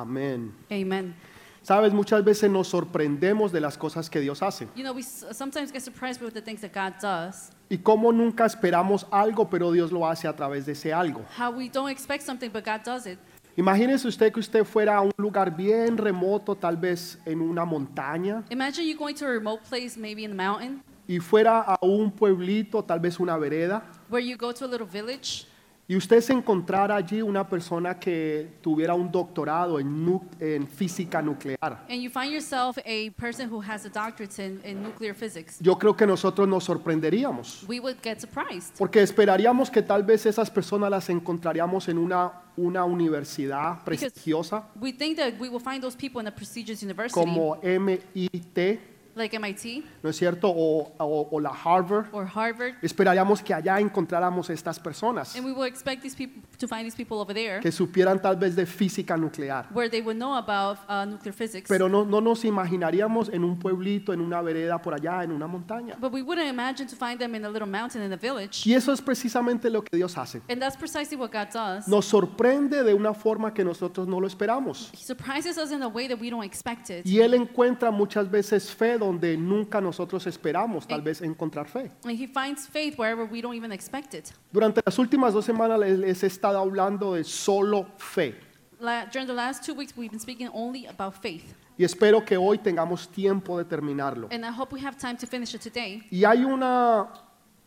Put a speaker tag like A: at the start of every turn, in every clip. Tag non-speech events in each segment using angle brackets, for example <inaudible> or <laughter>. A: Amén.
B: Amen.
A: Sabes, muchas veces nos sorprendemos de las cosas que Dios hace
B: You know, we s- sometimes get surprised with the things that God does.
A: y cómo nunca esperamos algo, pero Dios lo hace a través de ese algo.
B: How we don't expect something, but God does it.
A: Imagínese usted que usted fuera a un lugar bien remoto, tal vez en una montaña,
B: Imagine you going to a remote place, maybe in the mountain,
A: y fuera a un pueblito, tal vez una vereda,
B: where you go to a little village,
A: y usted se encontrara allí una persona que tuviera un doctorado en, nu- en física nuclear.
B: and you find yourself a person who has a doctorate in, in nuclear physics.
A: Yo creo que nosotros nos sorprenderíamos,
B: We would get surprised
A: porque esperaríamos que tal vez esas personas las encontraríamos en una, una universidad prestigiosa
B: We think that we will find those people in a prestigious university,
A: como MIT,
B: like MIT
A: ¿no es cierto? O- o- o la Harvard.
B: or Harvard,
A: Esperaríamos que allá encontráramos estas personas
B: and we will expect these people to find these people over there,
A: que supieran tal vez de física nuclear.
B: where they would know about uh, nuclear physics.
A: Pero no, no nos imaginaríamos en un pueblito, en una vereda por allá, en una montaña.
B: but we wouldn't imagine to find them in a little mountain in a village.
A: Y eso es precisamente lo que Dios hace.
B: And that's precisely what God does.
A: Nos sorprende de una forma que nosotros no lo esperamos.
B: He surprises us in a way that we don't expect it.
A: Y Él encuentra muchas veces fe donde nunca nosotros esperamos tal vez encontrar fe.
B: And he finds faith wherever we don't even expect it.
A: Durante las últimas dos semanas les, les he estado hablando de solo fe.
B: La, during the last two weeks, we've been speaking only about faith.
A: Y espero que hoy tengamos tiempo de terminarlo.
B: And I hope we have time to finish it today.
A: Y hay una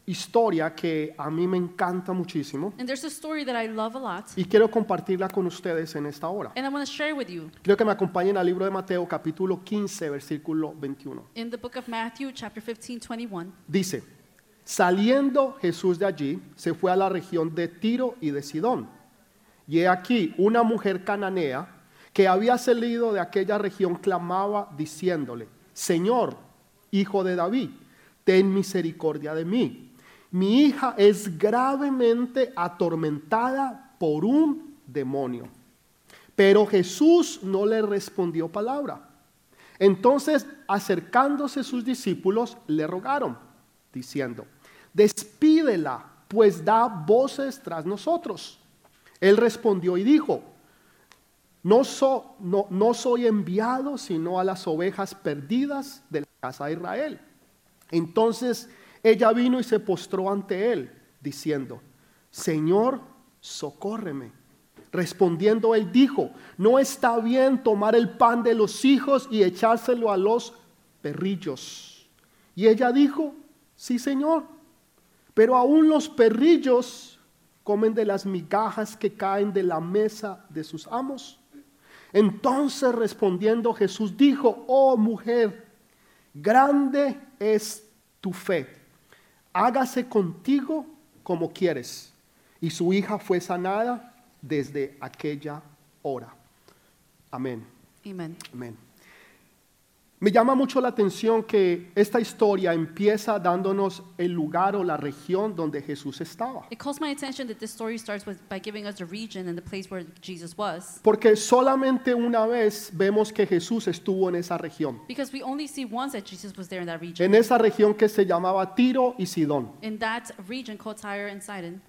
A: historia que a mí me encanta muchísimo
B: And there's a story that I love a lot.
A: y quiero compartirla con ustedes en esta hora.
B: And I want to share with you
A: Quiero que me acompañen al libro de Mateo capítulo 15 versículo 21.
B: in the book of Matthew, chapter 15, 21.
A: Dice, saliendo Jesús de allí, se fue a la región de Tiro y de Sidón. Y he aquí una mujer cananea que había salido de aquella región clamaba diciéndole, Señor, hijo de David, ten misericordia de mí. Mi hija es gravemente atormentada por un demonio. Pero Jesús no le respondió palabra. Entonces, acercándose sus discípulos, le rogaron, diciendo, despídela, pues da voces tras nosotros. Él respondió y dijo, no, so- no- no soy enviado sino a las ovejas perdidas de la casa de Israel. Entonces ella vino y se postró ante él, diciendo, Señor, socórreme. Respondiendo él dijo, no está bien tomar el pan de los hijos y echárselo a los perrillos. Y ella dijo, sí, Señor, pero aún los perrillos comen de las migajas que caen de la mesa de sus amos. Entonces respondiendo Jesús dijo, oh mujer, grande es tu fe, hágase contigo como quieres. Y su hija fue sanada desde aquella hora. Amén.
B: Amen.
A: Amén. Me llama mucho la atención que esta historia empieza dándonos el lugar o la región donde Jesús estaba.
B: It calls my attention that this story starts with, by giving us the region and the place where Jesus was.
A: Porque solamente una vez vemos que Jesús estuvo en esa región.
B: Because we only see once that Jesus was there in that region.
A: En esa región que se llamaba Tiro y Sidón.
B: In that region called Tyre and Sidon.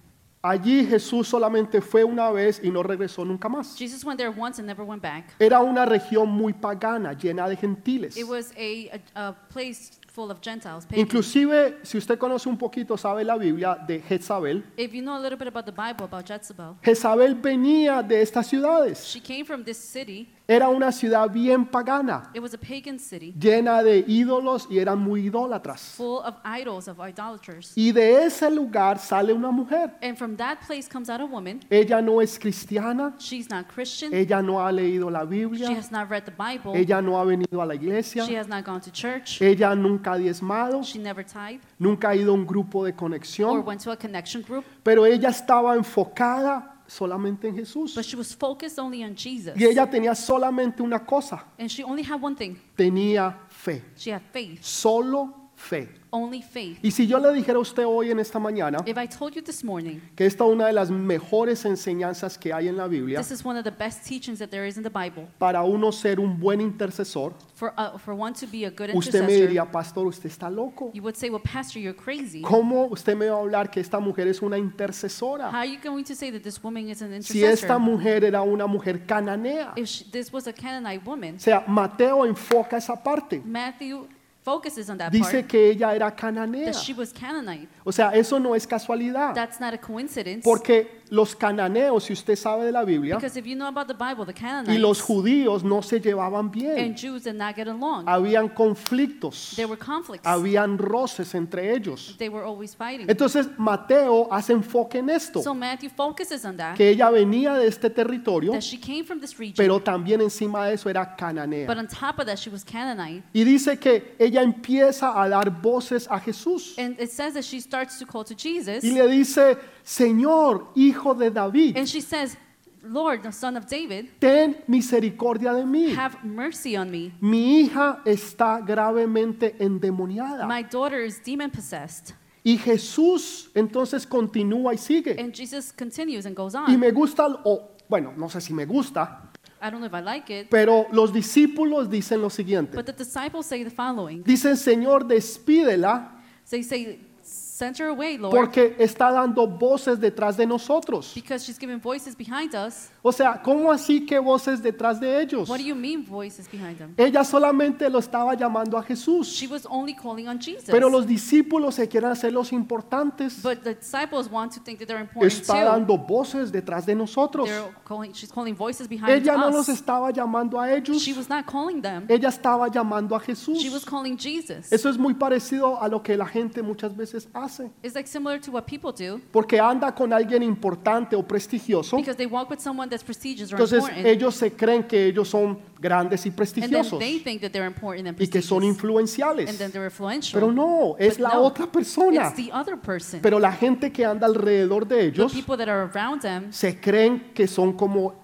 A: Allí Jesús solamente fue una vez y no regresó nunca más.
B: Jesus went there once and never went back.
A: Era una región muy pagana, llena de gentiles.
B: It was a, a, a place full of Gentiles. pagans.
A: Inclusive, si usted conoce un poquito, sabe la Biblia de Jezabel.
B: If you know a little bit about the Bible, about Jezebel,
A: Jezabel venía de estas ciudades.
B: she came from this city.
A: Era una ciudad bien pagana,
B: It was a pagan city
A: llena de ídolos y eran muy idólatras.
B: full of idols, of idolaters.
A: Y de ese lugar sale una mujer.
B: And from that place comes out a woman.
A: Ella no es cristiana,
B: She's not Christian.
A: ella no ha leído la
B: She
A: Biblia,
B: has not read the Bible.
A: ella no ha venido a la
B: She
A: iglesia,
B: has not gone to church.
A: ella nunca ha diezmado,
B: She never tithed
A: nunca ha ido a un grupo de
B: or
A: conexión,
B: went to a connection group.
A: pero ella estaba enfocada solamente en
B: But
A: Jesús.
B: she was focused only on Jesus.
A: Y ella tenía solamente una cosa,
B: And she only had one thing
A: tenía fe,
B: she had faith.
A: solo fe.
B: Only faith.
A: Y si yo le dijera a usted hoy en esta mañana
B: If I told you this morning,
A: que esta es una de las mejores enseñanzas que hay en la Biblia
B: this is one of the best teachings that there is in the Bible.
A: para uno ser un buen intercesor,
B: For, uh, for one to be a good
A: usted me
B: intercessor,
A: diría, pastor, usted está loco.
B: you would say, well, pastor, you're crazy.
A: ¿Cómo usted me va a hablar que esta mujer es una
B: How
A: intercesora?
B: are you going to say that this woman is an
A: Si esta
B: intercessor?
A: mujer era una mujer cananea.
B: If she, this was a Canaanite woman,
A: O sea, Mateo enfoca esa parte.
B: Matthew focuses on that
A: Dice
B: part,
A: que ella era cananea.
B: that she was Canaanite.
A: O sea, eso no es casualidad.
B: That's not a coincidence.
A: Porque los cananeos, si usted sabe de la Biblia,
B: Because if you know about the Bible, the
A: y los
B: Canaanites
A: judíos no se llevaban
B: and
A: bien.
B: Jews did not get along.
A: Habían conflictos,
B: There were conflicts.
A: habían roces entre ellos.
B: They were always fighting.
A: Entonces Mateo hace enfoque en esto,
B: So Matthew focuses on that,
A: que ella venía de este territorio,
B: that she came from this region,
A: pero también encima de eso era
B: but
A: cananea.
B: on top of that, she was Canaanite.
A: Y dice que ella empieza a dar voces a Jesús
B: And it says that she starts to call to Jesus,
A: y le dice, Señor, hijo de David,
B: and she says, Lord, the son of David,
A: ten misericordia de mí.
B: have mercy on me.
A: Mi hija está gravemente endemoniada.
B: My daughter is demon possessed.
A: Y Jesús entonces continúa y sigue.
B: And Jesus continues and goes
A: Y
B: on.
A: me gusta, o bueno, no sé si me gusta,
B: I don't know if I like it,
A: pero los discípulos dicen lo siguiente.
B: but the disciples say the following.
A: Dicen, Señor, despídela
B: They say, Send her away, Lord,
A: porque está dando voces detrás de nosotros.
B: because she's giving voices behind us.
A: O sea, ¿cómo así que voces detrás de ellos?
B: What do you mean, voices behind them?
A: Ella solamente lo estaba llamando a Jesús.
B: She was only calling on Jesus.
A: Pero los discípulos se quieren hacer los importantes.
B: But the disciples want to think that they're important
A: Está
B: too.
A: dando voces detrás de nosotros.
B: They're calling, she's calling voices behind
A: Ella no los
B: us.
A: estaba llamando a ellos,
B: She was not calling them.
A: ella estaba llamando a
B: She was
A: Jesús.
B: calling Jesus.
A: Eso es muy parecido a lo que la gente muchas veces hace,
B: It's like similar to what people do
A: porque anda con alguien importante o prestigioso,
B: because they walk with someone that's prestigious or
A: entonces
B: important,
A: ellos se creen que ellos son grandes y
B: and then
A: prestigiosos
B: they think that they're important and
A: y que
B: prestigious,
A: son
B: and then
A: influenciales.
B: they're
A: Pero
B: influential.
A: no, es
B: But
A: la
B: no,
A: otra persona.
B: It's the other person.
A: Pero la gente que anda alrededor de
B: The
A: ellos
B: people that are around them,
A: se creen que son como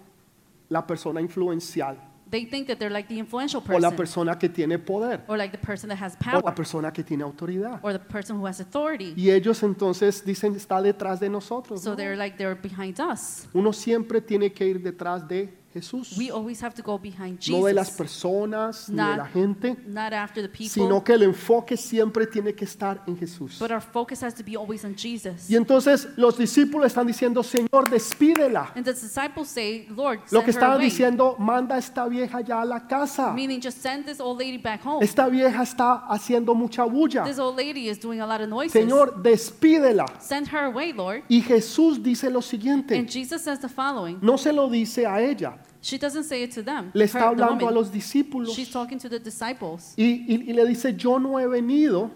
A: la persona influencial
B: they think that they're like the influential
A: o la
B: person,
A: persona que tiene poder
B: or like the person that has
A: o la
B: power,
A: persona que tiene autoridad.
B: or the person who has authority.
A: Y ellos entonces dicen, está detrás de nosotros.
B: So
A: ¿no?
B: they're like they're behind us.
A: Uno siempre tiene que ir detrás de Jesús,
B: We always have to go behind
A: no de las
B: Jesus,
A: personas, ni de
B: Not-
A: la gente,
B: not after the people,
A: sino que el enfoque siempre tiene que estar en Jesús.
B: but our focus has to be always on Jesus.
A: Y entonces los discípulos están diciendo, Señor, despídela.
B: And the disciples say, Lord,
A: Lo que
B: send her
A: estaban
B: away.
A: diciendo, manda a esta vieja ya a la casa.
B: Meaning, just send this old lady back home.
A: Esta vieja está haciendo mucha bulla.
B: This old lady is doing a lot of noises.
A: Señor, despídela.
B: Send her away, Lord.
A: Y Jesús dice lo siguiente,
B: And Jesus says the following.
A: no se lo dice a ella,
B: She doesn't say it to them.
A: le está
B: her- the
A: hablando a
B: woman.
A: los discípulos.
B: She's talking to the disciples.
A: Y, y- y le dice, yo no he venido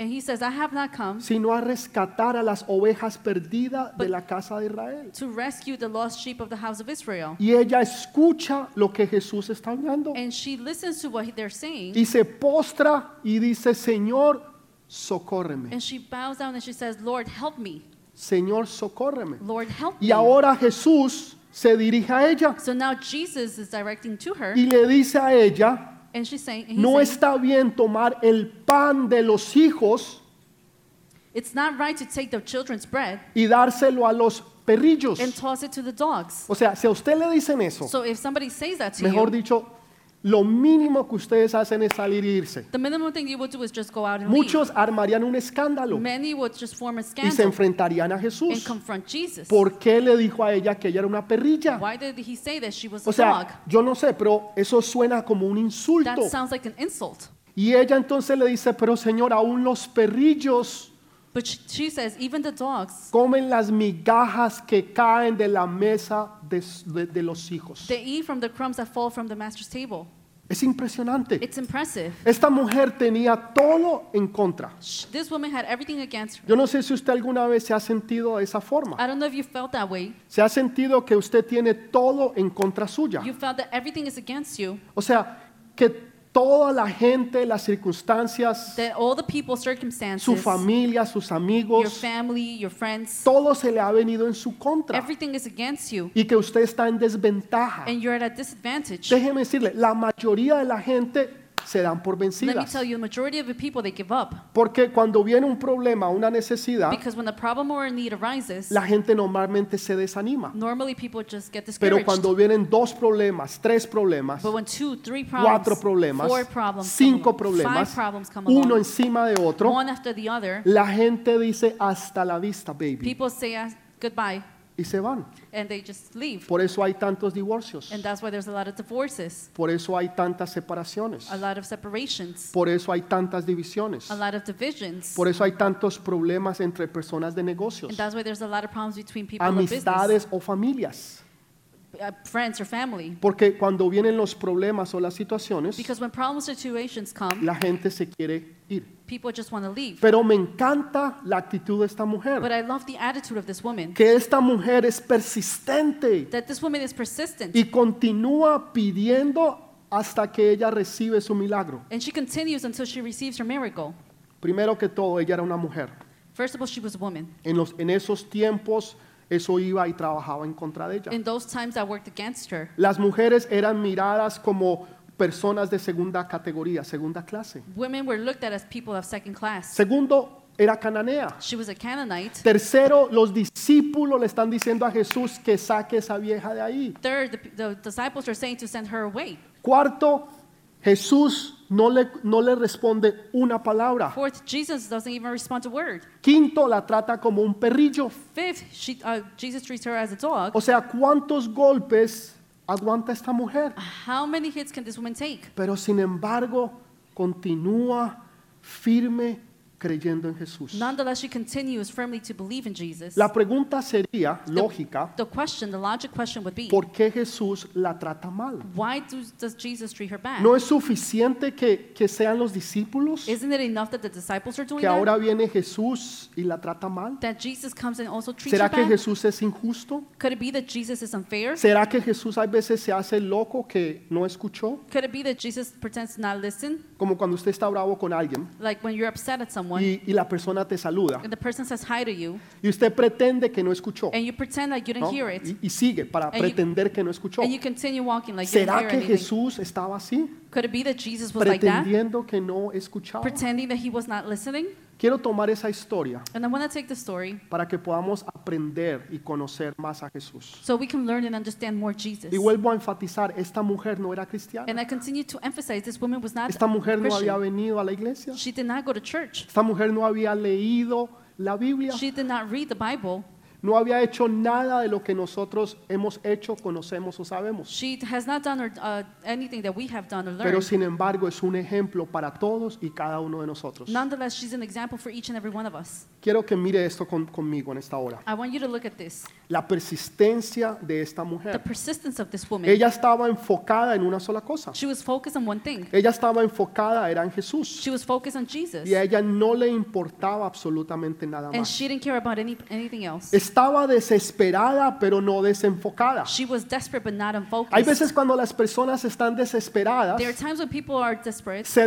B: And he says, I have not come
A: sino a rescatar a las ovejas perdidas de
B: But-
A: la casa de Israel.
B: to rescue the lost sheep of the house of Israel.
A: Y ella escucha lo que Jesús está hablando
B: And she listens to what they're saying.
A: y se postra y dice, Señor, socórreme.
B: And she bows down and she says, Lord, help me.
A: Señor, socórreme.
B: Lord, help
A: Y
B: me.
A: ahora Jesús se dirige a ella
B: So now Jesus is directing to her.
A: y le dice a ella,
B: And she's saying, and he's
A: no
B: saying,
A: está bien tomar el pan de los hijos
B: It's not right to take the children's bread
A: y dárselo a los perrillos.
B: and toss it to the dogs.
A: O sea, si a usted le dicen eso,
B: So if somebody says that to
A: Mejor
B: you,
A: dicho, lo mínimo que ustedes hacen es salir e irse.
B: the minimum thing you would do is just go out and
A: Muchos armarían un escándalo
B: leave. Many would just form a
A: y se
B: scandal
A: enfrentarían a
B: and
A: Jesús.
B: confront Jesus.
A: ¿Por qué le dijo a ella que ella era una perrilla?
B: Why did he say that she was a
A: O
B: dog?
A: sea, yo no sé, pero eso suena como un
B: That
A: insulto.
B: sounds like an insult.
A: Y ella entonces le dice, pero señor, aún los perrillos
B: But she, she says, even the dogs,
A: comen las migajas que caen de la mesa de, de- de los hijos.
B: they eat from the crumbs that fall from the master's table.
A: Es impresionante.
B: It's impressive.
A: Esta mujer tenía todo en contra.
B: Sh- This woman had everything against her.
A: Yo no sé si usted alguna vez se ha sentido de esa forma.
B: I don't know if you felt that way.
A: Se ha sentido que usted tiene todo en contra suya.
B: You felt that everything is against you,
A: O sea, que toda la gente, las circunstancias,
B: that all the people,
A: su
B: circumstances,
A: familia, sus
B: your
A: amigos,
B: family, your friends,
A: todo se le ha venido en su contra
B: everything is against you
A: y que usted está en desventaja.
B: and you're at a disadvantage.
A: Déjeme decirle, la mayoría de la gente se dan por
B: Let me
A: vencidas.
B: tell you, the majority of the people, they give up.
A: Porque cuando viene un problema, una necesidad,
B: Because when a problem or a need arises,
A: la gente normalmente se desanima.
B: normally people just get
A: Pero
B: discouraged.
A: cuando vienen dos problemas, tres problemas,
B: But when two, three
A: cuatro
B: problems,
A: problemas,
B: four problems, come
A: cinco
B: along,
A: problemas,
B: five problems come
A: uno
B: along,
A: encima de otro,
B: one after the other,
A: la gente dice hasta la vista, baby,
B: people say uh, goodbye
A: y se van.
B: and they just leave.
A: Por eso hay tantos divorcios,
B: And that's why there's a lot of divorces,
A: por eso hay tantas separaciones,
B: a lot of separations,
A: por eso hay tantas divisiones,
B: a lot of divisions.
A: por eso hay tantos problemas entre personas de negocios,
B: And that's why there's a lot of problems between people in business,
A: amistades o familias.
B: uh, friends or family.
A: Porque cuando vienen los problemas o las situaciones,
B: Because when problem situations come,
A: la gente se quiere ir.
B: people just want to leave.
A: Pero me encanta la actitud de esta
B: But
A: mujer.
B: I love the attitude of this woman.
A: Que esta mujer es persistente
B: That this woman is persistent.
A: y continúa pidiendo hasta que ella recibe su milagro.
B: And she continues until she receives her miracle.
A: Primero que todo, ella era una mujer.
B: First of all, she was a woman.
A: En, los, en esos tiempos, eso iba y trabajaba en contra de ella.
B: In those times, I worked against her.
A: Las mujeres eran miradas como personas de segunda categoría, segunda clase.
B: Women were looked at as people of second class.
A: Segundo, era cananea.
B: She was a Canaanite.
A: Tercero, los discípulos le están diciendo a Jesús que saque esa vieja de ahí.
B: Third, the, the disciples are saying to send her away.
A: Cuarto, Jesús no le, no le responde una palabra.
B: Fourth, Jesus doesn't even respond to word.
A: Quinto, la trata como un perrillo.
B: Fifth, she, uh, Jesus treats her as a dog.
A: O sea, ¿cuántos golpes aguanta esta mujer?
B: How many hits can this woman take?
A: Pero sin embargo, continúa firme creyendo en Jesús.
B: Nonetheless, she continues firmly to believe in Jesus.
A: La pregunta sería, lógica,
B: The question, the logic question would be,
A: ¿por qué Jesús la trata mal?
B: why do, does Jesus treat her bad?
A: ¿No es suficiente que, que sean los discípulos?
B: Isn't it enough that the disciples are doing
A: que
B: that?
A: ahora viene Jesús y la trata mal?
B: That Jesus comes and also treats her
A: ¿Será que
B: bad?
A: Jesús es injusto?
B: Could it be that Jesus is unfair?
A: ¿Será que Jesús a veces se hace loco que no escuchó?
B: Could it be that Jesus pretends to not listen?
A: Como cuando usted está bravo con alguien
B: Like when you're upset at someone
A: y, y la persona te saluda
B: and the person says hi to you
A: y usted pretende que no escuchó
B: and you pretend like you didn't
A: ¿no?
B: hear it
A: y, y sigue para
B: you-
A: pretender que no escuchó.
B: and you continue walking like you didn't
A: ¿Será
B: hear
A: que
B: anything.
A: Jesús estaba así,
B: Could it be that Jesus was like that?
A: pretendiendo que no escuchaba?
B: Pretending that he was not listening?
A: Quiero tomar esa historia
B: And I want to take the story
A: para que podamos aprender y conocer más a Jesús.
B: so we can learn and understand more Jesus.
A: Y vuelvo a enfatizar, esta mujer no era cristiana.
B: And I continue to emphasize this woman was not
A: Esta mujer no
B: Christian.
A: había venido a la iglesia.
B: She did not go to church.
A: Esta mujer no había leído la Biblia.
B: She did not read the Bible.
A: No había hecho nada de lo que nosotros hemos hecho, conocemos o sabemos.
B: She has not done or, uh, anything that we have done or
A: Pero
B: learned.
A: sin embargo es un ejemplo para todos y cada uno de nosotros.
B: Nonetheless, she's an example for each and every one of us.
A: Quiero que mire esto con- conmigo en esta hora.
B: I want you to look at this
A: La persistencia de esta
B: the
A: mujer.
B: persistence of this woman.
A: Ella estaba enfocada en una sola cosa.
B: She was focused on one thing,
A: Ella estaba enfocada, era en Jesús.
B: she was focused on Jesus,
A: Y a ella no le importaba absolutamente nada
B: and
A: más.
B: she didn't care about any, anything else.
A: Estaba desesperada, pero no desenfocada.
B: She was desperate but not
A: Hay
B: unfocused.
A: veces cuando las personas están desesperadas,
B: There are times when people are desperate,
A: se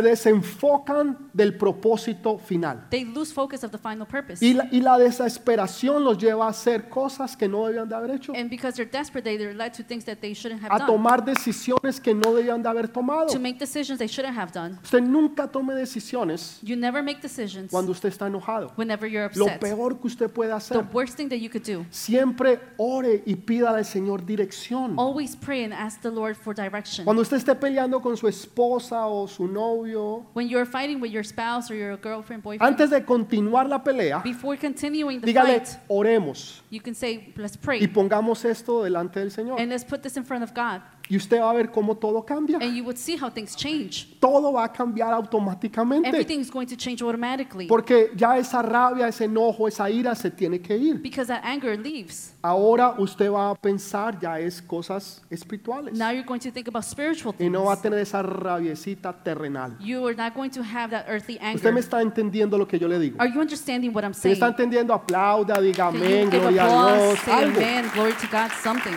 A: desenfocan del propósito final.
B: they lose focus of the final purpose.
A: Y la, y la desesperación los lleva a hacer cosas que no debían de haber hecho,
B: And because they're desperate, they- they're led to things that they shouldn't have
A: a
B: done,
A: tomar decisiones que no debían de haber tomado.
B: to make decisions they shouldn't have done.
A: Usted nunca tome decisiones
B: You never make decisions
A: cuando usted está enojado.
B: whenever you're
A: Lo
B: upset.
A: peor que usted puede
B: The
A: hacer,
B: worst thing that you could do.
A: siempre ore y pida al Señor dirección.
B: Always pray and ask the Lord for direction.
A: Cuando usted esté peleando con su esposa o su novio,
B: When you're fighting with your spouse or your girlfriend, boyfriend,
A: antes de continuar la pelea,
B: before continuing the
A: dígale,
B: fight,
A: oremos.
B: you can say, let's
A: y
B: pray.
A: pongamos esto delante del Señor.
B: And let's put this in front of God.
A: Y usted va a ver cómo todo cambia.
B: And you would see how things change.
A: Todo va a cambiar automáticamente.
B: Everything is going to change automatically.
A: Porque ya esa rabia, ese enojo, esa ira se tiene que ir.
B: Because that anger leaves.
A: Ahora usted va a pensar ya es cosas espirituales.
B: Now you're going to think about spiritual
A: Y
B: things.
A: no va a tener esa rabiecita terrenal.
B: You are not going to have that earthly
A: Usted me
B: anger.
A: está entendiendo lo que yo le digo.
B: Are you understanding what I'm
A: Si me
B: saying?
A: está entendiendo, aplauda, diga
B: Can
A: amén,
B: you give
A: gloria a
B: applause,
A: Dios,
B: say
A: algo.
B: amen, glory to God, something.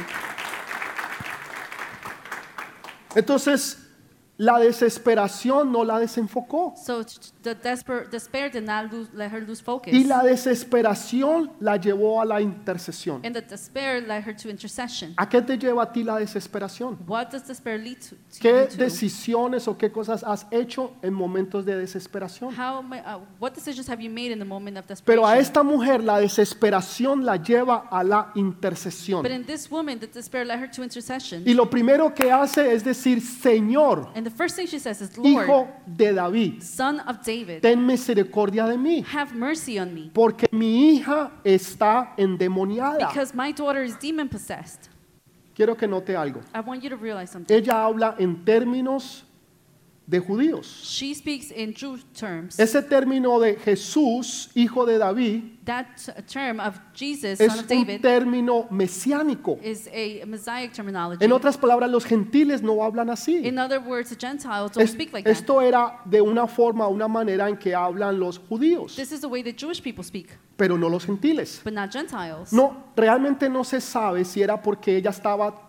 A: Entonces, La desesperación no la desenfocó.
B: So t- the desper- despair did not lose, let her lose focus.
A: Y la desesperación la llevó a la intercesión.
B: and the despair led her to intercession.
A: ¿A qué te lleva a ti la desesperación?
B: What does despair lead to? to
A: ¿Qué
B: you to?
A: decisiones o qué cosas has hecho en momentos de desesperación?
B: How, ma- uh, what decisions have you made in the moment of desperation?
A: Pero a esta mujer la desesperación la lleva a la intercesión.
B: But in this woman, the despair led her to intercession.
A: Y lo primero que hace es decir, Señor,
B: and the first thing she says is, Lord,
A: hijo de David,
B: son of David,
A: ten misericordia de mí,
B: have mercy on me,
A: porque mi hija está endemoniada.
B: because my daughter is demon possessed.
A: Quiero que note algo.
B: I want you to realize something.
A: Ella habla en términos de judíos.
B: She speaks in Jew terms.
A: Ese término de Jesús, hijo de David,
B: that t- uh, term of Jesus, son
A: es
B: of
A: un
B: David,
A: término mesiánico.
B: is a messianic terminology.
A: En otras palabras, los gentiles no hablan así.
B: In other words, the Gentiles don't
A: Es-
B: speak like that.
A: esto era de una forma, una manera en que hablan los judíos,
B: This is the way that Jewish people speak,
A: pero no los gentiles.
B: but not Gentiles.
A: No, realmente no se sabe si era porque ella estaba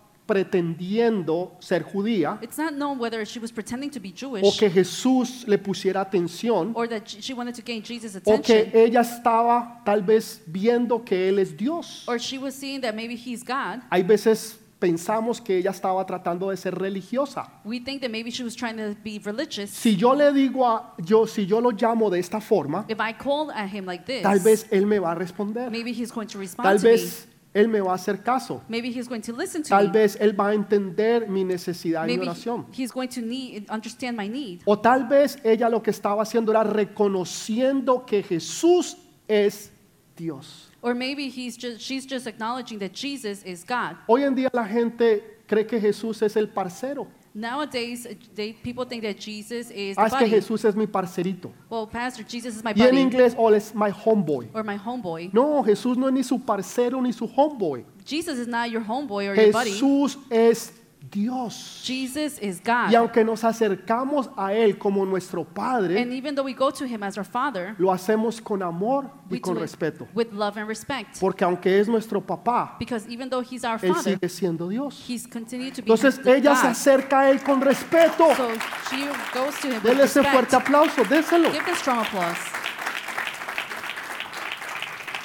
A: pretendiendo ser judía
B: It's not known whether she was pretending to be
A: o
B: Jewish
A: que Jesús le pusiera atención
B: or that she wanted to gain Jesus'
A: o que
B: attention
A: ella estaba tal vez viendo que Él es Dios.
B: or she was seeing that maybe he's God.
A: Hay veces pensamos que ella estaba tratando de ser religiosa.
B: We think that maybe she was trying to be religious.
A: Si yo le digo a yo, si yo lo llamo de esta forma,
B: If I call at him like this,
A: tal vez él me va a responder.
B: maybe he's going to respond
A: Tal
B: to me.
A: vez él me va a hacer caso.
B: Maybe he's going to listen to
A: Tal
B: me.
A: vez él va a entender mi necesidad de
B: Maybe
A: oración.
B: he- he's going to need, understand my need.
A: O tal vez ella lo que estaba haciendo era reconociendo que Jesús es Dios.
B: Or maybe he's just, she's just acknowledging that Jesus is God.
A: Hoy en día la gente cree que Jesús es el parcero.
B: Nowadays, uh, they, people think that Jesus is
A: Ah,
B: the
A: es que
B: buddy.
A: Jesús es mi parcerito.
B: Well, Pastor, Jesus is my
A: Y en
B: buddy
A: inglés, all es my homeboy.
B: or my homeboy.
A: No, Jesús no es ni su parcero ni su homeboy.
B: Jesus is not your homeboy or your buddy.
A: Jesús es Dios.
B: Jesus is God.
A: Y aunque nos acercamos a Él como nuestro
B: And
A: Padre,
B: even though we go to him as our father,
A: lo hacemos con amor y
B: we
A: con
B: do it
A: respeto.
B: with love and respect.
A: Porque aunque es nuestro papá,
B: Because even though he's our
A: Él
B: father,
A: sigue siendo Dios.
B: he's continued to be
A: Entonces
B: the
A: ella se
B: God.
A: acerca a Él con respeto.
B: So she goes to him with
A: Dele ese
B: respect.
A: fuerte aplauso, déselo.
B: Give this strong applause.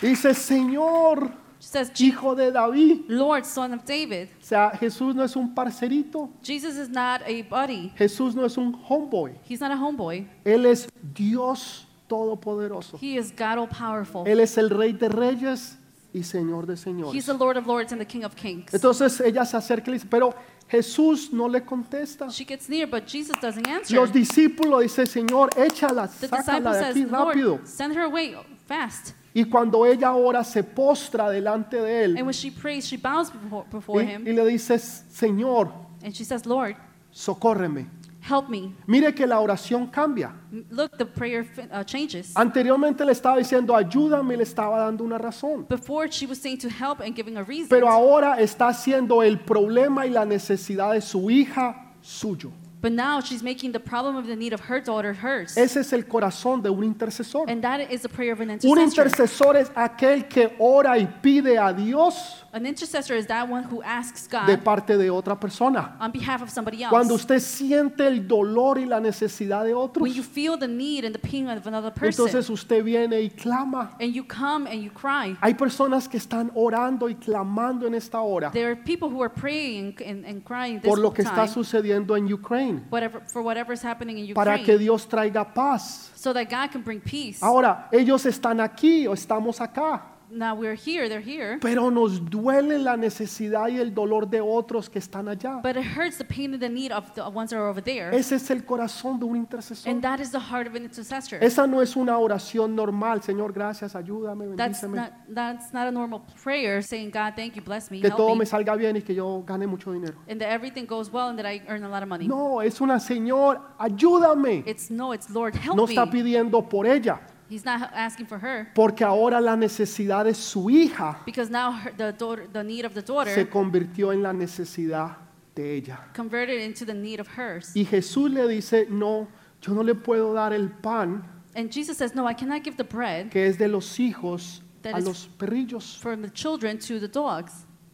A: Dice, Señor,
B: She says, "Je-
A: hijo de David.
B: Lord, son of David.
A: O sea, Jesús no es un parcerito,
B: Jesus is not a buddy.
A: Jesús no es un homeboy.
B: He's not a homeboy.
A: Él es Dios Todopoderoso.
B: He is God all powerful.
A: Él es el Rey de Reyes y Señor de Señores.
B: He's the Lord of lords and the King of kings.
A: Entonces ella se acerca y le dice, pero Jesús no le contesta.
B: She gets near, but Jesus doesn't answer.
A: Los discípulos dicen, Señor, échala,
B: The
A: sácala
B: disciple
A: de
B: says,
A: aquí rápido.
B: Lord, send her away fast.
A: Y cuando ella ora, se postra delante de
B: And
A: él
B: when she prays, she bows before, before
A: y, y
B: him
A: le dice, Señor,
B: and she says, Lord,
A: socórreme.
B: help me.
A: Mire que la oración cambia.
B: M- Look, the prayer fi- uh, changes.
A: Anteriormente le estaba diciendo, ayúdame, y le estaba dando una razón.
B: Before she was saying to help and giving a reason,
A: Pero ahora está haciendo el problema y la necesidad de su hija suyo.
B: but now she's making the problem of the need of her daughter hers.
A: Ese es el corazón de un intercesor.
B: And that is the prayer of an
A: Un
B: intercessor.
A: intercesor es aquel que ora y pide a Dios
B: An intercessor is that one who asks
A: de
B: God
A: parte de otra persona.
B: on behalf of somebody
A: Cuando
B: Ah. else.
A: usted siente el dolor y la necesidad de otros,
B: When you feel the need and the pain of another person,
A: entonces usted viene y clama.
B: and you come and you cry,
A: Hay personas que están orando y clamando en esta hora
B: there are people who are praying and, and crying this
A: por lo que está
B: time
A: sucediendo en Ucrania,
B: whatever, for whatever is happening in Ukraine,
A: para que Dios traiga paz.
B: so that God can bring peace.
A: Ahora, ellos están aquí o estamos acá,
B: Now we're here, they're here,
A: pero nos duele la necesidad y el dolor de otros que están allá.
B: but it hurts the pain and the need of the ones that are over there.
A: Ese es el corazón de un intercesor.
B: And that is the heart of an intercessor.
A: Esa no es una oración normal, Señor, gracias, ayúdame,
B: That's
A: bendíceme.
B: not, that's not a normal prayer saying, God, thank you, bless me,
A: Que todo
B: help
A: me
B: me,
A: salga bien y que yo gane mucho dinero.
B: and that everything goes well and that I earn a lot of money.
A: No, es una Señor, ayúdame.
B: It's no, it's Lord, help
A: No
B: me.
A: está pidiendo por ella,
B: He's not asking for her
A: porque ahora la necesidad de su hija
B: because now her, the, daughter, the need of the daughter
A: se convirtió en la necesidad de ella.
B: converted into the need of hers.
A: Y Jesús le dice, no, yo no le puedo dar el pan
B: And Jesus says, No, I cannot give the bread
A: que es de los hijos
B: That
A: a
B: is-
A: los perrillos.
B: from the children to the dogs.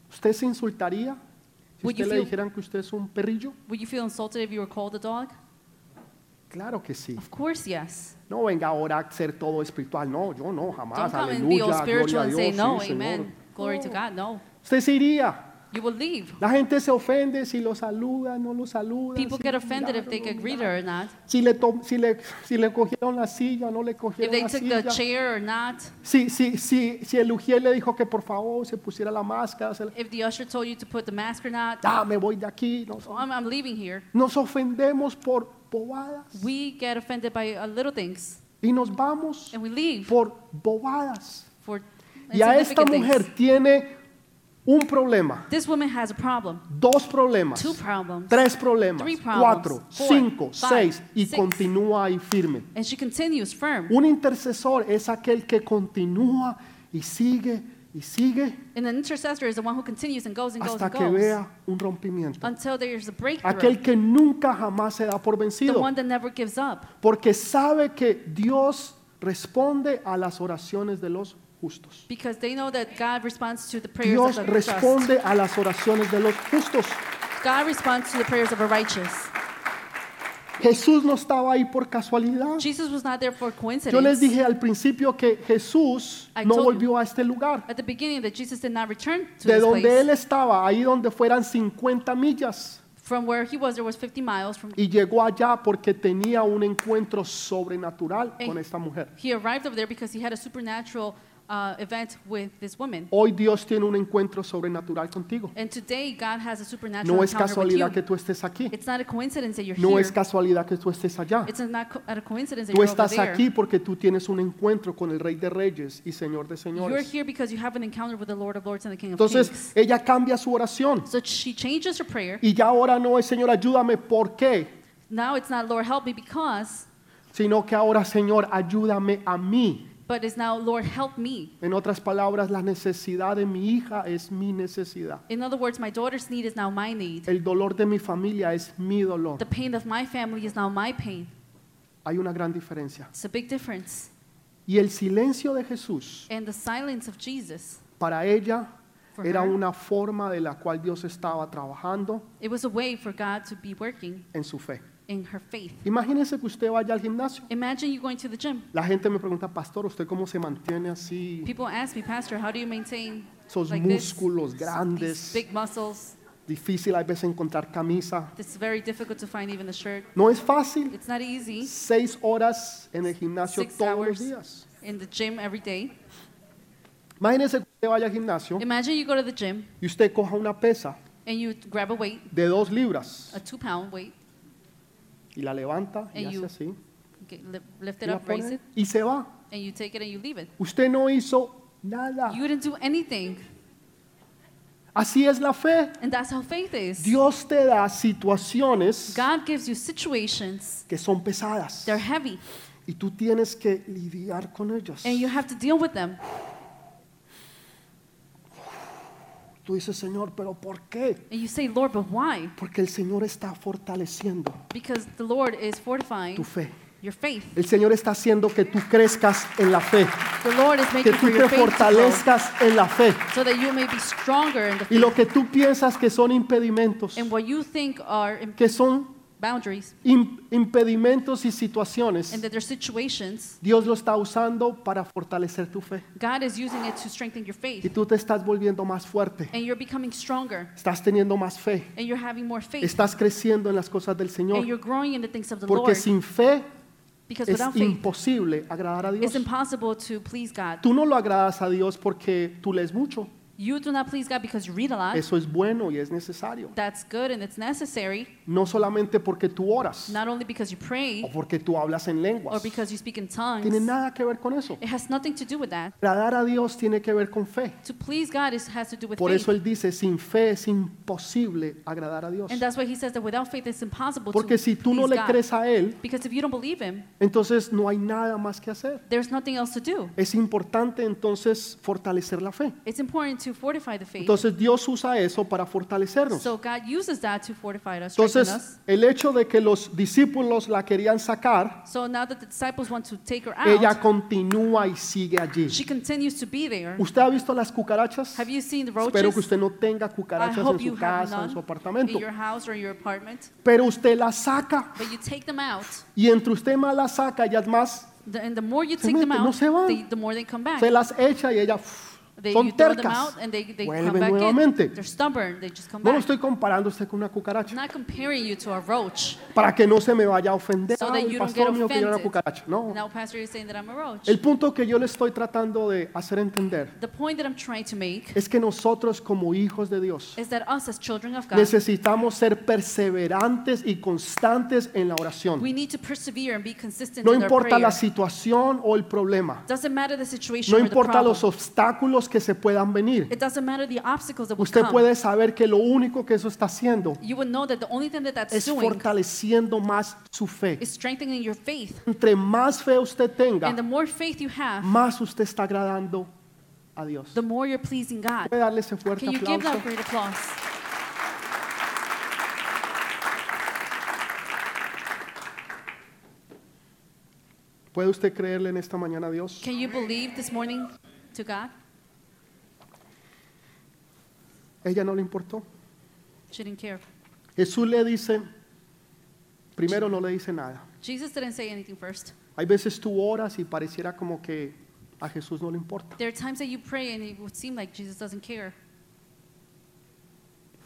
A: ¿Usted se insultaría? Si
B: Would you
A: usted le
B: feel-
A: dijeran que usted es un perrillo,
B: Would you feel insulted if you were called a dog?
A: claro que sí.
B: Of course, yes.
A: No venga ahora a ser todo espiritual. No, yo no,
B: Don't
A: jamás.
B: come and be all
A: Aleluya,
B: spiritual
A: gloria a
B: and
A: Dios,
B: say, no,
A: sí,
B: amen.
A: Señor.
B: Glory to God, no.
A: Usted se iría.
B: You will leave.
A: La gente se ofende si lo saluda, no lo saluda.
B: People
A: si
B: get
A: lo
B: offended if they
A: miraron,
B: get
A: no
B: greeted or not,
A: Si le, to- si, le, si le cogieron la silla, no le
B: if
A: cogieron
B: they
A: la
B: took the
A: silla.
B: chair or not,
A: Si, si, si, si el ujier le dijo que por favor se pusiera la máscara, se la-
B: if the usher told you to put the mask or not.
A: ya me voy de aquí. Nos,
B: Oh, I'm, I'm leaving here.
A: nos ofendemos por bobadas
B: We get offended by uh, little things
A: y nos vamos
B: and we leave
A: por bobadas.
B: for
A: Y a esta
B: insignificant things.
A: mujer tiene un problema,
B: This woman has a problem,
A: dos problemas,
B: two problems,
A: tres problemas,
B: Three problems.
A: cuatro,
B: Four,
A: cinco,
B: five,
A: seis y
B: six.
A: continúa ahí firme.
B: and she continues firm.
A: Un intercesor es aquel que continúa y sigue y sigue
B: And an intercessor is the one who continues and goes and goes
A: hasta
B: and
A: que
B: goes
A: vea un rompimiento.
B: until there's a breakthrough.
A: Aquel que nunca jamás se da por
B: the
A: vencido,
B: one that never gives up
A: porque sabe que Dios responde a las oraciones de los justos.
B: because they know that God responds to the prayers
A: Dios
B: of the just.
A: responde a las oraciones de los justos.
B: God responds to the prayers of the righteous.
A: Jesús no estaba ahí por casualidad.
B: Jesus was not there for coincidence.
A: Yo les dije al principio que Jesús
B: I
A: no
B: told you.
A: volvió a este lugar.
B: at the beginning that Jesus did not return to
A: De
B: this place.
A: donde él estaba, ahí donde fueran 50 millas,
B: from where he was, there was 50 miles from
A: y llegó allá porque tenía un encuentro sobrenatural
B: Ey.
A: con esta mujer.
B: He arrived over there because he had a supernatural uh, event with this woman.
A: Hoy Dios tiene un encuentro sobrenatural contigo.
B: And today, God has a supernatural
A: No es
B: encounter with
A: casualidad
B: you.
A: que tú estés aquí.
B: It's not a coincidence that you're
A: No
B: here.
A: es casualidad que tú estés allá.
B: It's not co- a coincidence that
A: Tú
B: you're over
A: estás
B: there.
A: aquí porque tú tienes un encuentro con el Rey de Reyes y Señor de
B: You're
A: Señores.
B: here because you have an encounter with the Lord of Lords and the King of
A: Entonces
B: Kings.
A: ella cambia su oración
B: So she changes her prayer.
A: y ya ahora no es Señor ayúdame, ¿por qué?
B: Now it's not Lord help me because,
A: Sino que ahora Señor ayúdame a mí.
B: but it's now Lord help me.
A: En otras palabras, la necesidad de mi hija es mi necesidad.
B: In other words, my daughter's need is now my need.
A: El dolor de mi familia es mi dolor.
B: The pain of my family is now my pain.
A: Hay una gran diferencia.
B: It's a big difference.
A: Y el silencio de Jesús
B: And the silence of Jesus,
A: para ella
B: For
A: era
B: her.
A: una forma de la cual Dios estaba trabajando
B: it was a way for God to be working
A: en su fe.
B: in her faith.
A: Imagínese que usted vaya al gimnasio.
B: Imagine you going to the gym.
A: La gente me pregunta, pastor, ¿usted cómo se mantiene así?
B: People ask me, Pastor, how do you maintain
A: Esos
B: like
A: músculos
B: this?
A: grandes.
B: These big muscles.
A: Difícil a veces encontrar camisa.
B: It's very difficult to find even a shirt.
A: No es fácil.
B: It's not easy
A: Seis horas en el gimnasio
B: Six
A: todos
B: hours.
A: los días.
B: in the gym every day.
A: Imagínese que usted vaya al gimnasio
B: Imagine you go to the gym
A: y usted coja una pesa
B: and you grab a weight,
A: de dos libras
B: a two pound weight,
A: y la levanta y
B: And you
A: hace así.
B: okay, li- lift
A: Y,
B: it
A: la
B: up, raise
A: pone
B: it,
A: y se va.
B: and you take it and you leave it.
A: Usted no hizo nada.
B: You didn't do anything.
A: Así es la fe.
B: And that's how faith is.
A: Dios te da situaciones
B: God gives you situations,
A: que son pesadas
B: they're heavy,
A: y tú tienes que lidiar con ellas.
B: and you have to deal with them.
A: Tú dices, Señor, pero ¿por qué?
B: And you say, Lord, but why?
A: Porque el Señor está fortaleciendo
B: Because the Lord is
A: tu
B: fortifying
A: fe.
B: your faith.
A: El Señor está haciendo que tú crezcas en la fe,
B: The Lord is
A: que
B: making
A: tú
B: for
A: te
B: your faith to grow,
A: fortalezcas en la fe.
B: so that you may be stronger in the
A: Y
B: faith.
A: lo que tú piensas que son impedimentos,
B: and what you think are im-
A: que son
B: boundaries,
A: im- impedimentos y situaciones,
B: and that they're situations,
A: Dios lo está usando para fortalecer tu fe.
B: God is using it to strengthen your
A: Y
B: faith.
A: tú te estás volviendo más fuerte,
B: And you're becoming stronger,
A: estás teniendo más fe,
B: and you're having more faith,
A: estás creciendo en las cosas del
B: and
A: Señor.
B: you're growing in the things of the
A: Porque
B: Lord.
A: sin fe
B: Because
A: es
B: without faith,
A: imposible agradar a Dios.
B: it's impossible to please God.
A: Tú no lo agradas a Dios porque tú lees mucho.
B: You do not please God because you read a lot.
A: Eso es bueno y es necesario.
B: That's good and it's necessary,
A: No solamente porque tú oras
B: not only because you
A: o
B: pray
A: porque tú hablas en
B: or
A: lenguas.
B: because Eh. you speak in
A: Tiene
B: tongues.
A: nada que ver con eso.
B: It has nothing to do with that.
A: Agradar a Dios tiene que ver con fe.
B: To please God is, has to do with
A: Por
B: faith.
A: eso Él dice, sin fe es imposible agradar a Dios.
B: And that's why he says that without faith it's impossible
A: Porque
B: to
A: si tú no
B: please
A: le
B: God.
A: crees a Él,
B: Because if you don't believe him,
A: entonces no hay nada más que hacer.
B: there's nothing else to do.
A: Es importante entonces fortalecer la fe.
B: It's important to fortify the faith.
A: Entonces Dios usa eso para fortalecernos.
B: so God uses that to fortify us, strengthen
A: Entonces
B: us.
A: el hecho de que los discípulos la querían sacar,
B: So now that the disciples want to take her out,
A: ella continúa y sigue allí.
B: Ah, she continues to be there.
A: ¿Usted ha visto las cucarachas?
B: Have you seen the roaches?
A: Espero que usted no tenga
B: I
A: cucarachas en
B: hope
A: su
B: you have
A: casa, en
B: none
A: su apartamento.
B: in your house or your apartment.
A: Pero usted las saca
B: But you take them out,
A: y entre usted más las saca, ellas más
B: the, and the more you
A: Se
B: take them
A: meten,
B: out,
A: no se van.
B: they, the more they come back.
A: se las echa y ellas uff,
B: Ah. They, you
A: son
B: throw them
A: tercas.
B: out and they, they
A: Vuelven
B: come back
A: nuevamente.
B: in. They're stubborn. They just come
A: No lo
B: back.
A: estoy comparando usted con una
B: I'm
A: cucaracha
B: not comparing you to a roach.
A: para que no se me vaya a ofender.
B: So
A: "Ah,
B: that
A: el
B: you don't
A: pastor
B: get
A: mío que yo era una
B: offended.
A: cucaracha. No.
B: Now, Pastor, you're saying that I'm a roach.
A: El punto que yo le estoy tratando de hacer entender
B: The point that I'm trying to make
A: es que nosotros como hijos de Dios
B: is that us as children of God,
A: necesitamos ser perseverantes y constantes en la oración.
B: we need to persevere and be consistent
A: No
B: in our
A: importa
B: prayer.
A: la situación o el problema.
B: doesn't matter the situation
A: No
B: or the
A: importa los
B: problem.
A: obstáculos que se puedan venir.
B: It doesn't matter the obstacles that will
A: Usted
B: come.
A: puede saber que lo único que eso está haciendo
B: You would know that the only thing that that's
A: es
B: doing
A: fortaleciendo más su fe.
B: is strengthening your faith.
A: Entre más fe usted tenga,
B: And the more faith you have,
A: más usted está agradando a Dios.
B: the more you're pleasing God.
A: ¿Puede darle ese fuerte
B: Can you give
A: aplauso?
B: that great applause?
A: ¿Puede usted creerle en esta mañana a Dios?
B: Can you believe this morning to God?
A: Ella no le importó.
B: She didn't care.
A: Jesús le dice, primero no le dice nada.
B: Jesus didn't say anything first.
A: Hay veces tú oras y pareciera como que a Jesús no le importa.
B: There are times that you pray and it would seem like Jesus doesn't care,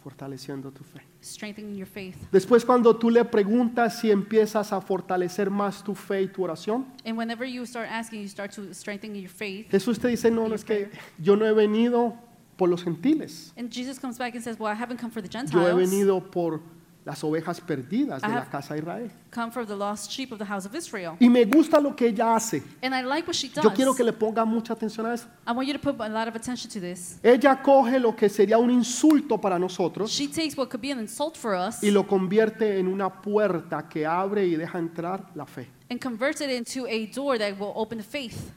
A: Fortaleciendo tu fe.
B: strengthening your faith.
A: Después cuando tú le preguntas si empiezas a fortalecer más tu fe y tu oración,
B: And whenever you start asking, you start to strengthen your faith.
A: Jesús te dice, no, no es que yo no he venido por los gentiles,
B: And Jesus comes back and says, Well, I haven't come for the
A: yo he
B: Gentiles.
A: venido por las ovejas perdidas de la casa de Israel.
B: Come for the lost sheep of the house of Israel.
A: Y me gusta lo que ella hace.
B: And I like what she does.
A: Yo quiero que le ponga mucha atención a eso.
B: I want you to put a lot of attention to this.
A: Ella coge lo que sería un insulto para nosotros
B: She takes what could be an insult for us
A: y lo convierte en una puerta que abre y deja entrar la fe.
B: and converts it into a door that will open the faith.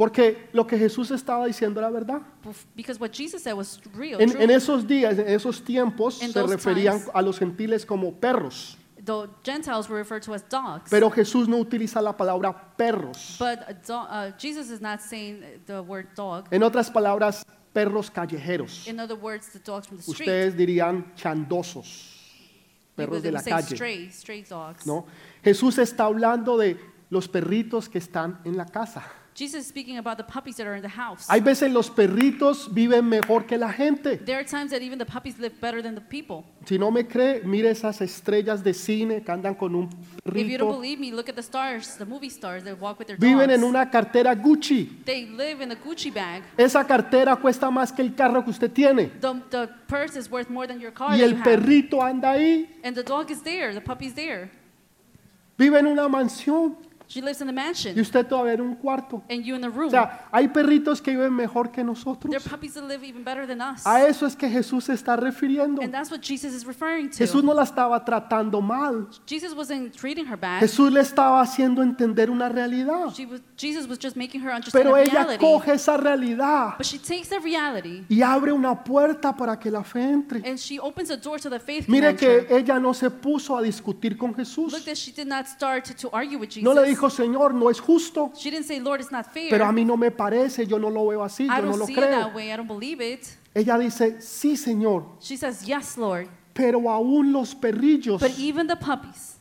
A: Porque lo que Jesús estaba diciendo era verdad.
B: Bef- Because what Jesus said was real.
A: En,
B: true.
A: en esos días, en esos tiempos,
B: In
A: se
B: those
A: referían
B: times.
A: a los gentiles como perros.
B: The Gentiles were referred to as dogs.
A: e- Pero Jesús no utiliza la palabra perros.
B: but a do- uh, Jesus is not saying the word dog.
A: En otras palabras, perros callejeros.
B: In other words, the dogs from the street.
A: Ustedes dirían chandosos,
B: We
A: perros
B: would-
A: de
B: we
A: la
B: would say
A: calle.
B: stray, stray dogs.
A: ¿no? Jesús está hablando de los perritos que están en la casa.
B: Jesus is speaking about the puppies that are in the house.
A: Hay veces los perritos viven mejor que la gente.
B: there are times that even the puppies live better than the people.
A: Si no me cree, mire esas estrellas de cine que andan con un
B: If you don't
A: perrito.
B: believe me, look at the stars, the movie stars that walk with their
A: Viven
B: dogs.
A: en una cartera Gucci.
B: They live in a Gucci bag.
A: Esa cartera cuesta más que el carro que usted tiene.
B: The, the purse is worth more than your car.
A: Y
B: that you
A: el
B: have.
A: perrito anda ahí.
B: And the dog is there. The puppy's there.
A: Vive en una mansión
B: She lives in a
A: y
B: mansion.
A: usted todavía en un cuarto.
B: And you in a
A: O
B: room. There
A: sea, hay perritos que viven mejor que
B: are
A: nosotros.
B: puppies that live even better than us.
A: A eso es que Jesús se está refiriendo.
B: And that's what Jesus is referring to.
A: Jesús no la estaba tratando mal.
B: Jesus wasn't treating her bad.
A: Jesús le estaba haciendo entender una realidad.
B: She was, Jesus was just making her understand
A: Pero
B: the
A: ella
B: reality.
A: coge esa realidad
B: But she takes the reality
A: y abre una puerta para que la fe entre.
B: and she opens a door to the faith. can
A: Mire
B: enter.
A: que ella no se puso a discutir con
B: Look
A: Jesús.
B: that she did not start to argue with Jesus.
A: No le dijo, Señor, no es justo.
B: she didn't say, Lord, it's not fair.
A: Pero a mí no me parece, yo no lo veo así,
B: I
A: yo
B: don't
A: no lo
B: see it that
A: creo.
B: way. I don't believe it.
A: Ella dice, sí, Señor,
B: She says, Yes, Lord.
A: pero aún los perrillos
B: But even the puppies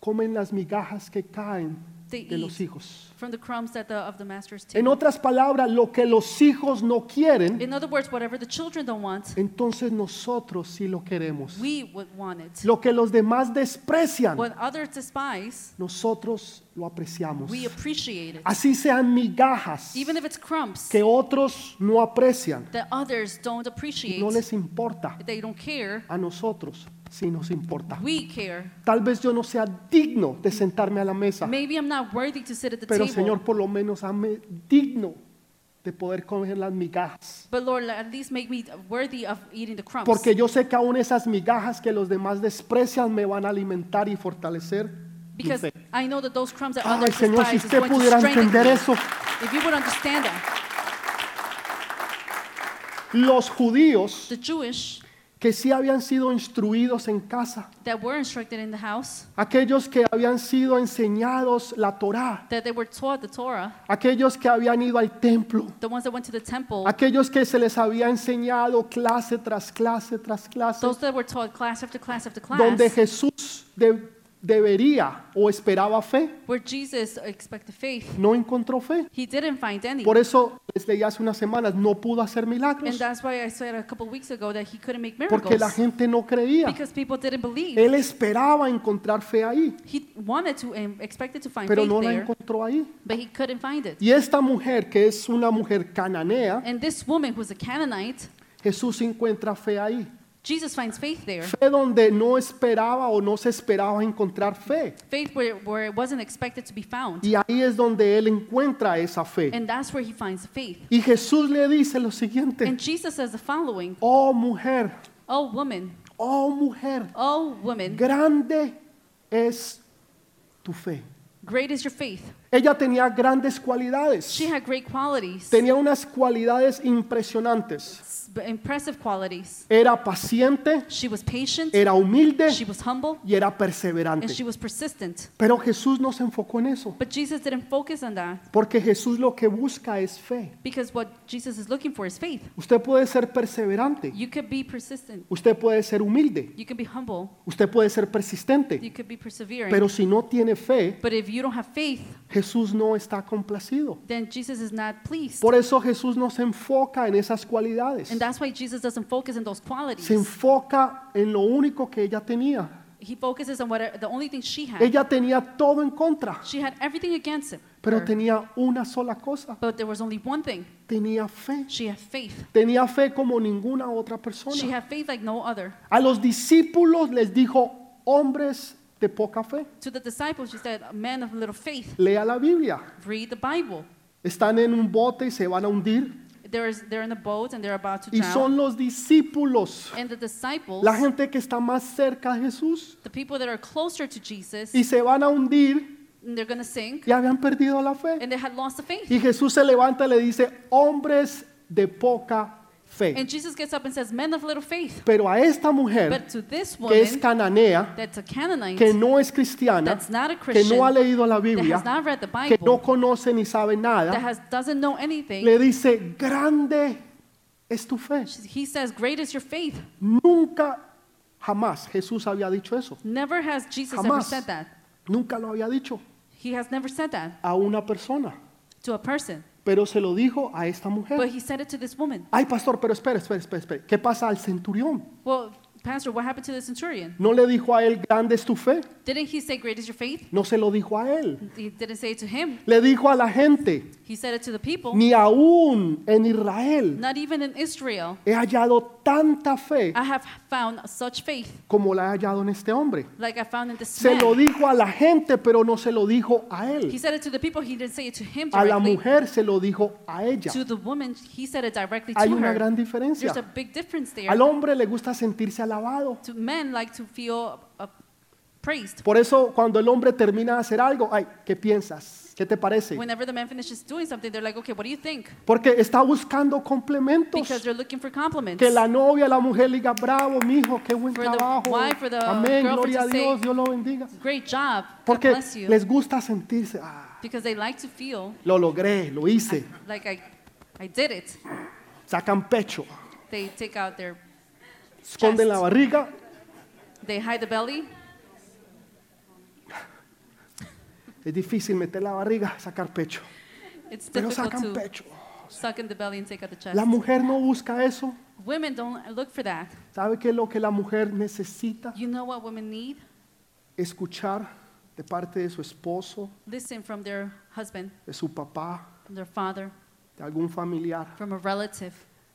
A: comen las migajas que caen
B: They
A: de los
B: eat.
A: hijos.
B: from the crumbs that the, of the master's
A: En
B: table.
A: otras palabras, lo que los hijos no quieren,
B: In other words, whatever the children don't want,
A: entonces nosotros sí lo queremos.
B: we would want it.
A: Lo que los demás desprecian,
B: What others despise,
A: nosotros lo apreciamos.
B: we appreciate it.
A: Así sean migajas
B: Even if it's crumbs
A: que otros no aprecian,
B: that others don't appreciate,
A: no les importa.
B: they don't care,
A: A nosotros sí nos importa.
B: we care.
A: Tal vez yo no sea digno de sentarme a la mesa,
B: Maybe I'm not worthy to sit at the
A: pero
B: table.
A: Señor, por lo menos hazme digno de poder comer las migajas.
B: But Lord, at least make me worthy of eating the crumbs.
A: Porque yo sé que aún esas migajas que los demás desprecian me van a alimentar y fortalecer. mi
B: because
A: fe.
B: I know that those crumbs that
A: Ay,
B: others
A: Señor, si
B: despise is
A: usted
B: going to
A: pudiera
B: strengthen
A: entender
B: me.
A: eso,
B: If you would understand that,
A: los judíos
B: The Jewish
A: que sí habían sido instruidos en casa,
B: that were instructed in the house,
A: aquellos que habían sido enseñados la Torá,
B: that they were taught the Torah,
A: aquellos que habían ido al templo,
B: the ones that went to the temple,
A: aquellos que se les había enseñado clase tras clase tras clase,
B: those that were taught class after class after
A: donde
B: class,
A: Jesús de- debería o esperaba fe,
B: where Jesus expected faith.
A: no encontró fe.
B: He didn't find any.
A: Por eso desde hace unas semanas no pudo hacer
B: And
A: milagros
B: that's why I said a couple weeks ago that he couldn't make
A: porque la
B: miracles
A: gente Eh, no creía.
B: because people didn't believe.
A: Él esperaba encontrar fe ahí,
B: He wanted to and expected to find
A: pero
B: faith
A: no la
B: there,
A: encontró ahí.
B: but he couldn't find it.
A: Y esta mujer, que es una mujer cananea,
B: And this woman who's a Canaanite,
A: Jesús encuentra fe ahí.
B: Jesus finds faith there.
A: Fe donde no esperaba o no se esperaba encontrar fe.
B: Faith where, where it wasn't expected to be found.
A: Y ahí es donde él encuentra esa fe.
B: And that's where he finds faith.
A: Y Jesús le dice lo siguiente,
B: And Jesus says the following
A: oh mujer,
B: Oh, woman,
A: oh mujer,
B: oh, woman,
A: grande es tu fe.
B: great is your faith.
A: Ella tenía grandes cualidades.
B: She had great qualities,
A: Tenía unas cualidades impresionantes.
B: s- impressive qualities.
A: Era paciente,
B: She was patient,
A: era humilde
B: she was humble,
A: y era
B: and she
A: perseverante.
B: was persistent.
A: Pero Jesús no se enfocó en eso,
B: But Jesus didn't focus on that
A: porque Jesús lo que busca es fe.
B: because what Jesus is looking for is faith.
A: Usted puede ser perseverante,
B: You could be persistent,
A: usted puede ser humilde,
B: you could be humble,
A: usted puede ser
B: you
A: persistente,
B: could be persevering.
A: pero si no tiene fe,
B: but if you don't have faith,
A: Jesús no está complacido.
B: then Jesus is not pleased.
A: Por eso Jesús no se enfoca en esas cualidades,
B: and that's why Jesus doesn't focus on those qualities.
A: se enfoca en lo único que ella tenía.
B: He focuses on what uh, the only thing she had.
A: Ella tenía todo en contra,
B: she had everything against him.
A: pero
B: her,
A: tenía una sola cosa,
B: but there was only one thing.
A: tenía fe.
B: She had faith.
A: Tenía fe como ninguna otra
B: She
A: persona.
B: had faith like no other.
A: A los discípulos les dijo, hombres de poca fe,
B: To the disciples, she said, "Men of little faith,
A: lea la Biblia.
B: read the Bible.
A: Están en un bote y se van a hundir.
B: There is, they're in a boat and they're about to
A: Y
B: drown.
A: son los discípulos,
B: And the disciples,
A: la gente que está más cerca de Jesús,
B: the people that are closer to Jesus,
A: y se van a hundir
B: and they're going to sink,
A: y habían perdido la fe.
B: and they had lost the faith.
A: Y Jesús se levanta y le dice, hombres de poca fe.
B: And Jesus gets up and says, Men of little faith.
A: Pero a esta mujer,
B: But to this
A: que es
B: woman
A: cananea,
B: that's a Canaanite,
A: que no es cristiana,
B: that's not a
A: que
B: Christian,
A: no ha leído la
B: that
A: Biblia,
B: has not read the
A: que no
B: Bible,
A: conoce ni sabe
B: that
A: nada,
B: has, doesn't know anything,
A: le dice, grande es tu fe.
B: she- he says, Great is your faith.
A: Nunca, jamás Jesús había dicho eso.
B: Never has Jesus ever
A: Jamás.
B: said that.
A: Nunca lo había dicho
B: He has never said that
A: a una persona,
B: to a person.
A: pero se lo dijo a esta
B: But
A: mujer.
B: he said it to this woman.
A: Ay, pastor, pero espera, espera, espera, espera. ¿Qué pasa al centurión?
B: Well, Pastor, what happened to the centurion?
A: No le dijo a él, grande es tu fe.
B: Didn't he say, Great is your faith?
A: No se lo dijo a él.
B: He didn't say it to him.
A: Le dijo a la gente,
B: He said it to the people.
A: ni aún en Israel
B: Not even in Israel.
A: he hallado tanta fe
B: I have found such faith
A: como la he hallado en este hombre.
B: like I found in this
A: Se lo
B: man.
A: dijo a la gente, pero no se lo dijo a él.
B: He said it to the people. He didn't say it to him
A: A la
B: directly.
A: mujer se lo dijo a ella.
B: To the woman, he said it directly
A: Hay
B: to
A: una
B: her.
A: gran diferencia.
B: There's a big difference there.
A: Al hombre le gusta sentirse alabado.
B: To men like to feel uh, praised.
A: Por eso cuando el hombre termina de hacer algo, ay, ¿qué piensas? ¿Qué te parece?
B: Whenever the man finishes doing something, they're like, okay, what do you think?
A: Porque está buscando
B: Because
A: complementos.
B: they're looking for compliments.
A: Que la novia, la mujer le diga, bravo, mijo, qué buen
B: For the
A: trabajo.
B: wife, for the
A: Amén,
B: girlfriend
A: gloria a
B: to say-
A: Dios, Dios lo bendiga.
B: Great job. God
A: Porque
B: bless you.
A: les gusta sentirse, ah,
B: Because they like to feel
A: lo logré, lo hice.
B: like I, I did it.
A: Sacan pecho,
B: They take out their,
A: esconden la
B: Chest.
A: barriga.
B: they hide the belly.
A: Es difícil meter la barriga, sacar pecho.
B: It's
A: Pero
B: difficult
A: sacan
B: to
A: pecho.
B: suck in the belly and take out the chest.
A: La mujer no busca eso.
B: Women don't look for that.
A: ¿Sabe qué es lo que la mujer necesita?
B: You know what women need?
A: Escuchar de parte de su esposo,
B: Listen from their husband,
A: de su papá,
B: from their father,
A: de algún familiar
B: from a relative,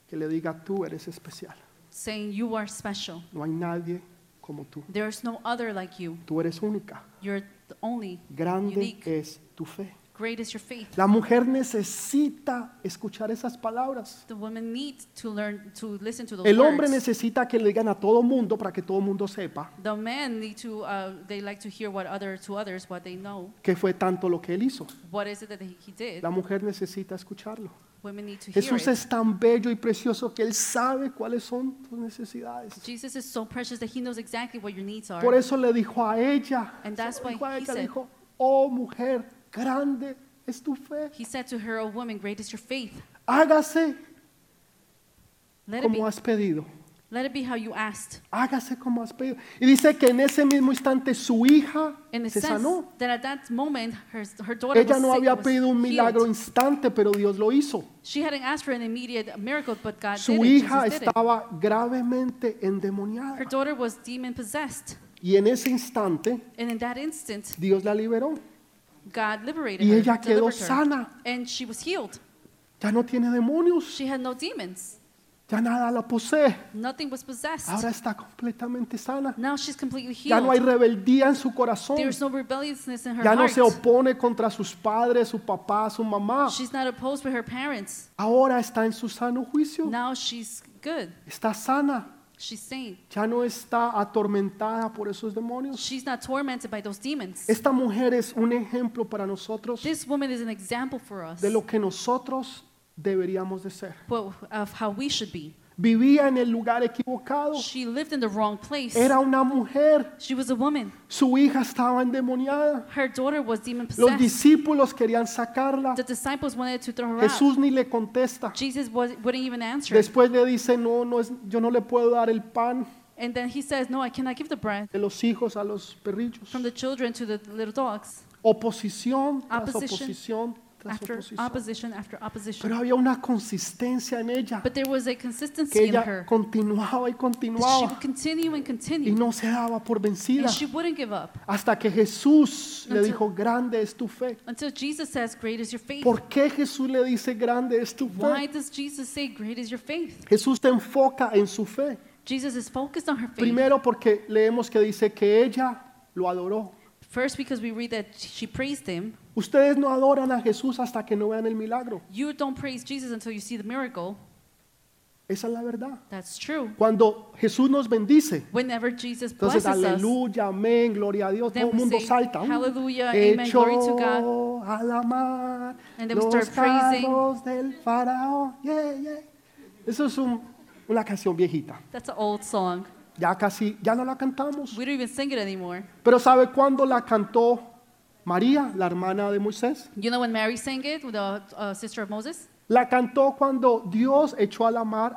A: que le diga, tú eres especial.
B: saying, You are special.
A: No hay nadie como tú.
B: There's no other like you.
A: Tú eres única.
B: You're the only,
A: Grande
B: unique.
A: es tu fe.
B: Great is your faith.
A: La mujer necesita escuchar esas palabras.
B: The women need to learn to listen to those
A: El hombre
B: words.
A: necesita que le digan a todo mundo para que todo mundo sepa
B: The men need to, uh, they like to hear what other, to others, what they know.
A: que fue tanto lo que él hizo.
B: What is it that he did?
A: La mujer necesita escucharlo.
B: Women need to hear
A: Jesús
B: it.
A: es tan bello y precioso que Él sabe cuáles son tus necesidades.
B: Jesus is so precious that he knows exactly what your needs are.
A: Por eso le dijo a ella,
B: And
A: se lo
B: that's why
A: dijo a
B: he
A: ella, le
B: said-
A: dijo, oh mujer, grande es tu fe.
B: He said to her, O woman, great is your faith.
A: Hágase
B: Let it be.
A: como has pedido.
B: Let it be how you asked.
A: Hágase como has pedido. Y dice que en ese mismo instante su hija
B: In the
A: se
B: sense
A: sanó.
B: that at that moment, her, her daughter
A: Ella
B: was
A: no
B: sick,
A: había
B: was
A: pedido un milagro
B: healed.
A: instante, pero Dios lo hizo.
B: She hadn't asked for an immediate miracle, but God
A: Su
B: did it.
A: hija
B: Jesus did it.
A: estaba gravemente
B: Her
A: endemoniada.
B: daughter was demon possessed.
A: Y en ese instante
B: And in that instant,
A: Dios la liberó.
B: God liberated
A: Y
B: her,
A: ella quedó
B: delivered her,
A: sana.
B: and she was healed.
A: Ya no tiene demonios.
B: She had no demons.
A: Ya nada la posee.
B: Nothing was possessed.
A: Ahora está completamente sana.
B: now she's completely
A: Ya
B: healed.
A: no hay rebeldía en su corazón.
B: There's no rebelliousness in her
A: Ya no
B: heart.
A: se opone contra sus padres, su papá, su mamá.
B: she's not opposed with her parents.
A: Ahora está en su sano juicio.
B: Now she's good.
A: Está sana.
B: She's sane.
A: Ya no está atormentada por esos demonios.
B: She's not tormented by those demons.
A: Esta mujer es un ejemplo para nosotros
B: This woman is an example for us
A: de lo que nosotros deberíamos de ser.
B: what- of how we should be.
A: Vivía en el lugar equivocado.
B: She lived in the wrong place.
A: Oh. Era una mujer.
B: She was a woman.
A: Su hija estaba endemoniada.
B: Her daughter was demon
A: Los
B: possessed.
A: discípulos querían sacarla.
B: The disciples wanted to throw her out.
A: Jesús ni le contesta.
B: Jesus was, wouldn't even answer.
A: Después le dice, no, no es, yo no le puedo dar el pan
B: And then he says, No, I cannot give the bread
A: de los hijos a los perrillos.
B: from the children to the little dogs.
A: Oposición tras
B: Opposition
A: oposición tras
B: After
A: oposición.
B: opposition after
A: Pero
B: opposition.
A: había una consistencia en ella,
B: But there was a
A: que
B: consistency in
A: ella
B: her.
A: continuaba y
B: That she would
A: continuaba
B: continue and
A: y
B: continue.
A: no se daba por vencida
B: And she wouldn't give up
A: hasta que Jesús le
B: Until-
A: dijo, grande es tu fe.
B: until Jesus says, Great is your faith.
A: ¿Por qué Jesús le dice, grande es tu
B: Why
A: fe?
B: does Jesus say, Great is your faith?
A: Jesús te enfoca en su fe.
B: Jesus is focused on her faith.
A: Primero porque leemos que dice que ella lo adoró.
B: First, because we read that she praised him.
A: Ustedes no adoran a Jesús hasta que no vean el milagro.
B: You don't praise Jesus until you see the miracle.
A: Esa es la verdad.
B: That's true.
A: Cuando Jesús nos bendice,
B: Whenever Jesus
A: entonces
B: blesses us,
A: aleluya, amén, gloria a Dios,
B: Then
A: todo el
B: we
A: mundo
B: say,
A: salta. Mm.
B: "Hallelujah, amen,
A: Echó
B: glory to God."
A: a la mar
B: And then
A: los
B: we start praising.
A: carros del faraón. Yeah, yeah. Eso es un- una canción viejita.
B: that's an old song.
A: Ya casi, ya no la cantamos.
B: We don't even sing it anymore.
A: Pero ¿sabe cuándo la cantó María, la hermana de Moisés?
B: You know when Mary sang it with the uh, sister of Moses?
A: La cantó cuando Dios echó a la mar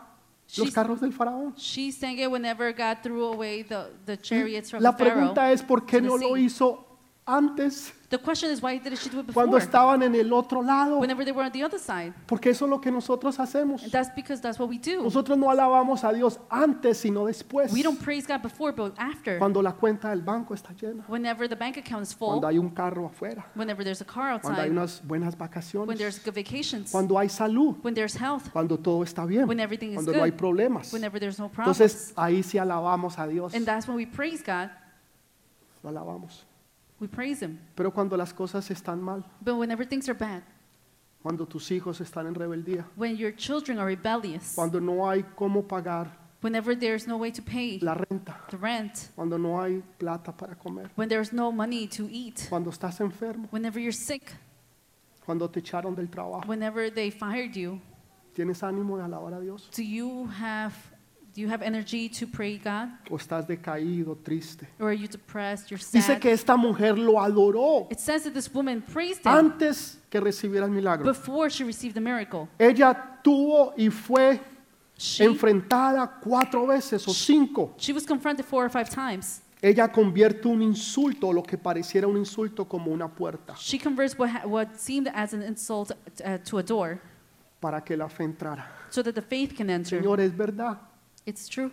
A: los
B: She's-
A: carros del faraón.
B: She sang it whenever God threw away the, the chariots from
A: Mm, La
B: Pharaoh.
A: pregunta es por qué
B: to the
A: no lo
B: sea.
A: hizo antes,
B: The question is, why didn't she do it before?
A: cuando estaban en el otro lado,
B: Whenever they were on the other side.
A: porque eso es lo que nosotros hacemos.
B: And that's because that's what we do.
A: Nosotros no alabamos a Dios antes, sino después,
B: We don't praise God before, but after.
A: cuando la cuenta del banco está llena,
B: Whenever the bank account is
A: cuando
B: full,
A: hay un carro afuera,
B: whenever there's a car
A: cuando hay
B: outside,
A: unas buenas
B: when
A: vacaciones,
B: there's good vacations,
A: cuando hay salud,
B: when there's health,
A: cuando todo está bien,
B: When everything is
A: cuando no hay
B: good.
A: problemas.
B: whenever there's no problems.
A: Entonces ahí sí alabamos a Dios,
B: And that's when we praise God,
A: lo alabamos.
B: we praise Him.
A: Pero cuando las cosas están mal,
B: But whenever things are bad,
A: cuando tus hijos están en rebeldía,
B: when your children are rebellious,
A: cuando no hay cómo pagar
B: whenever there's no way to pay
A: la renta,
B: the rent,
A: cuando no hay plata para comer,
B: when there's no money to eat,
A: cuando estás enfermo,
B: whenever you're sick,
A: cuando te echaron del trabajo,
B: whenever they fired you,
A: ¿tienes ánimo de alabar a Dios?
B: do you have do you have energy to pray God?
A: ¿O estás decaído, triste?
B: Or are you depressed? You're
A: Dice
B: sad.
A: que esta mujer lo adoró
B: It says that this woman praised him
A: antes que recibiera el milagro.
B: before she received the miracle.
A: Ella tuvo y fue
B: She,
A: enfrentada cuatro veces o cinco.
B: she was confronted four or five times.
A: Ella convierte un insulto, lo que pareciera un insulto, como una puerta
B: She converts what, ha- what seemed as an insult uh, to a door
A: para que la fe entrara.
B: so that the faith can enter.
A: Señor, es verdad,
B: It's true.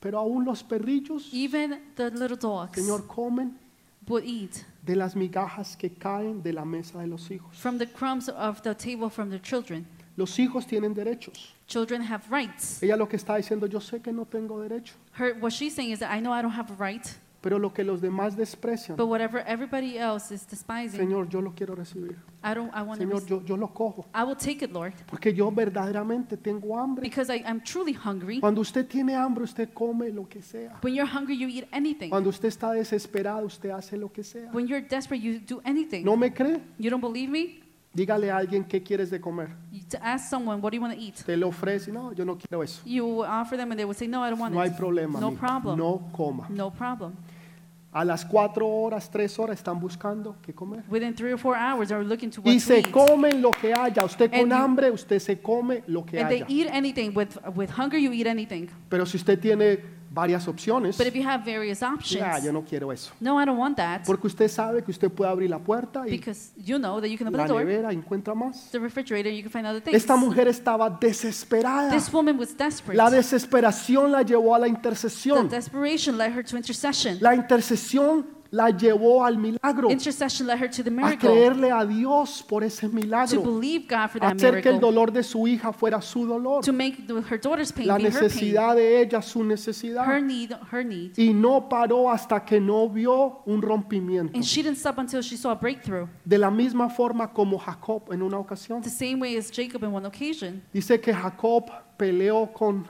A: pero aún los perrillos,
B: Even the little dogs
A: Señor, comen
B: will eat
A: de las migajas que caen de la mesa de los hijos.
B: from the crumbs of the table from their children.
A: Los hijos tienen derechos.
B: Children have rights.
A: Ella lo que está diciendo, yo sé que no tengo derecho,
B: Her, what she's saying is that I know I don't have a right,
A: pero lo que los demás desprecian,
B: but whatever everybody else is despising,
A: Señor, yo lo quiero recibir.
B: I don't. I want to.
A: Señor,
B: Rec-
A: yo, yo lo cojo,
B: I will take it, Lord,
A: porque yo verdaderamente tengo hambre.
B: because I, I'm truly hungry.
A: Cuando usted tiene hambre, usted come lo que sea.
B: When you're hungry, you eat anything.
A: Cuando usted está desesperado, usted hace lo que sea.
B: When you're desperate, you do anything.
A: ¿No me cree?
B: You don't believe me?
A: Dígale a alguien qué quieres de comer.
B: You- To ask someone, what do you want to eat?
A: Te lo ofrece, no, yo no quiero eso.
B: You would offer them and they would say, no, I don't want
A: No
B: it.
A: hay problema.
B: No
A: amigo.
B: problem.
A: No coma.
B: No problem.
A: A las cuatro horas, tres horas están buscando qué comer.
B: Within three or four hours, they're looking to what
A: Y
B: to
A: se
B: eat.
A: comen lo que haya. Usted
B: And
A: con
B: you-
A: hambre, usted se come lo que
B: And they
A: haya.
B: eat anything. With, with hunger, you eat anything.
A: Pero si usted tiene varias opciones,
B: But if you have various
A: ah,
B: options,
A: yo no quiero eso.
B: no, I don't want that.
A: Porque usted sabe que usted puede abrir la puerta y
B: Because you know that you can open
A: la
B: the door,
A: nevera encuentra más.
B: the refrigerator, you can find other things.
A: Esta mujer estaba desesperada.
B: This woman was desperate.
A: La desesperación la llevó a la
B: The
A: intercesión.
B: desperation led her to intercession.
A: La intercesión la llevó al milagro.
B: Intercession led her to the
A: A
B: miracle.
A: creerle a Dios por ese
B: To
A: milagro.
B: believe God for that
A: Hacer que el
B: miracle.
A: dolor de su hija fuera su dolor.
B: To make the- her daughter's pain
A: La
B: be her pain.
A: necesidad de ella su
B: Her
A: necesidad.
B: need, her need.
A: Y no paró hasta que no vio un rompimiento.
B: And she didn't stop until she saw a breakthrough.
A: De la misma forma como Jacob en una ocasión.
B: The same way as Jacob in one occasion.
A: Dice que Jacob peleó con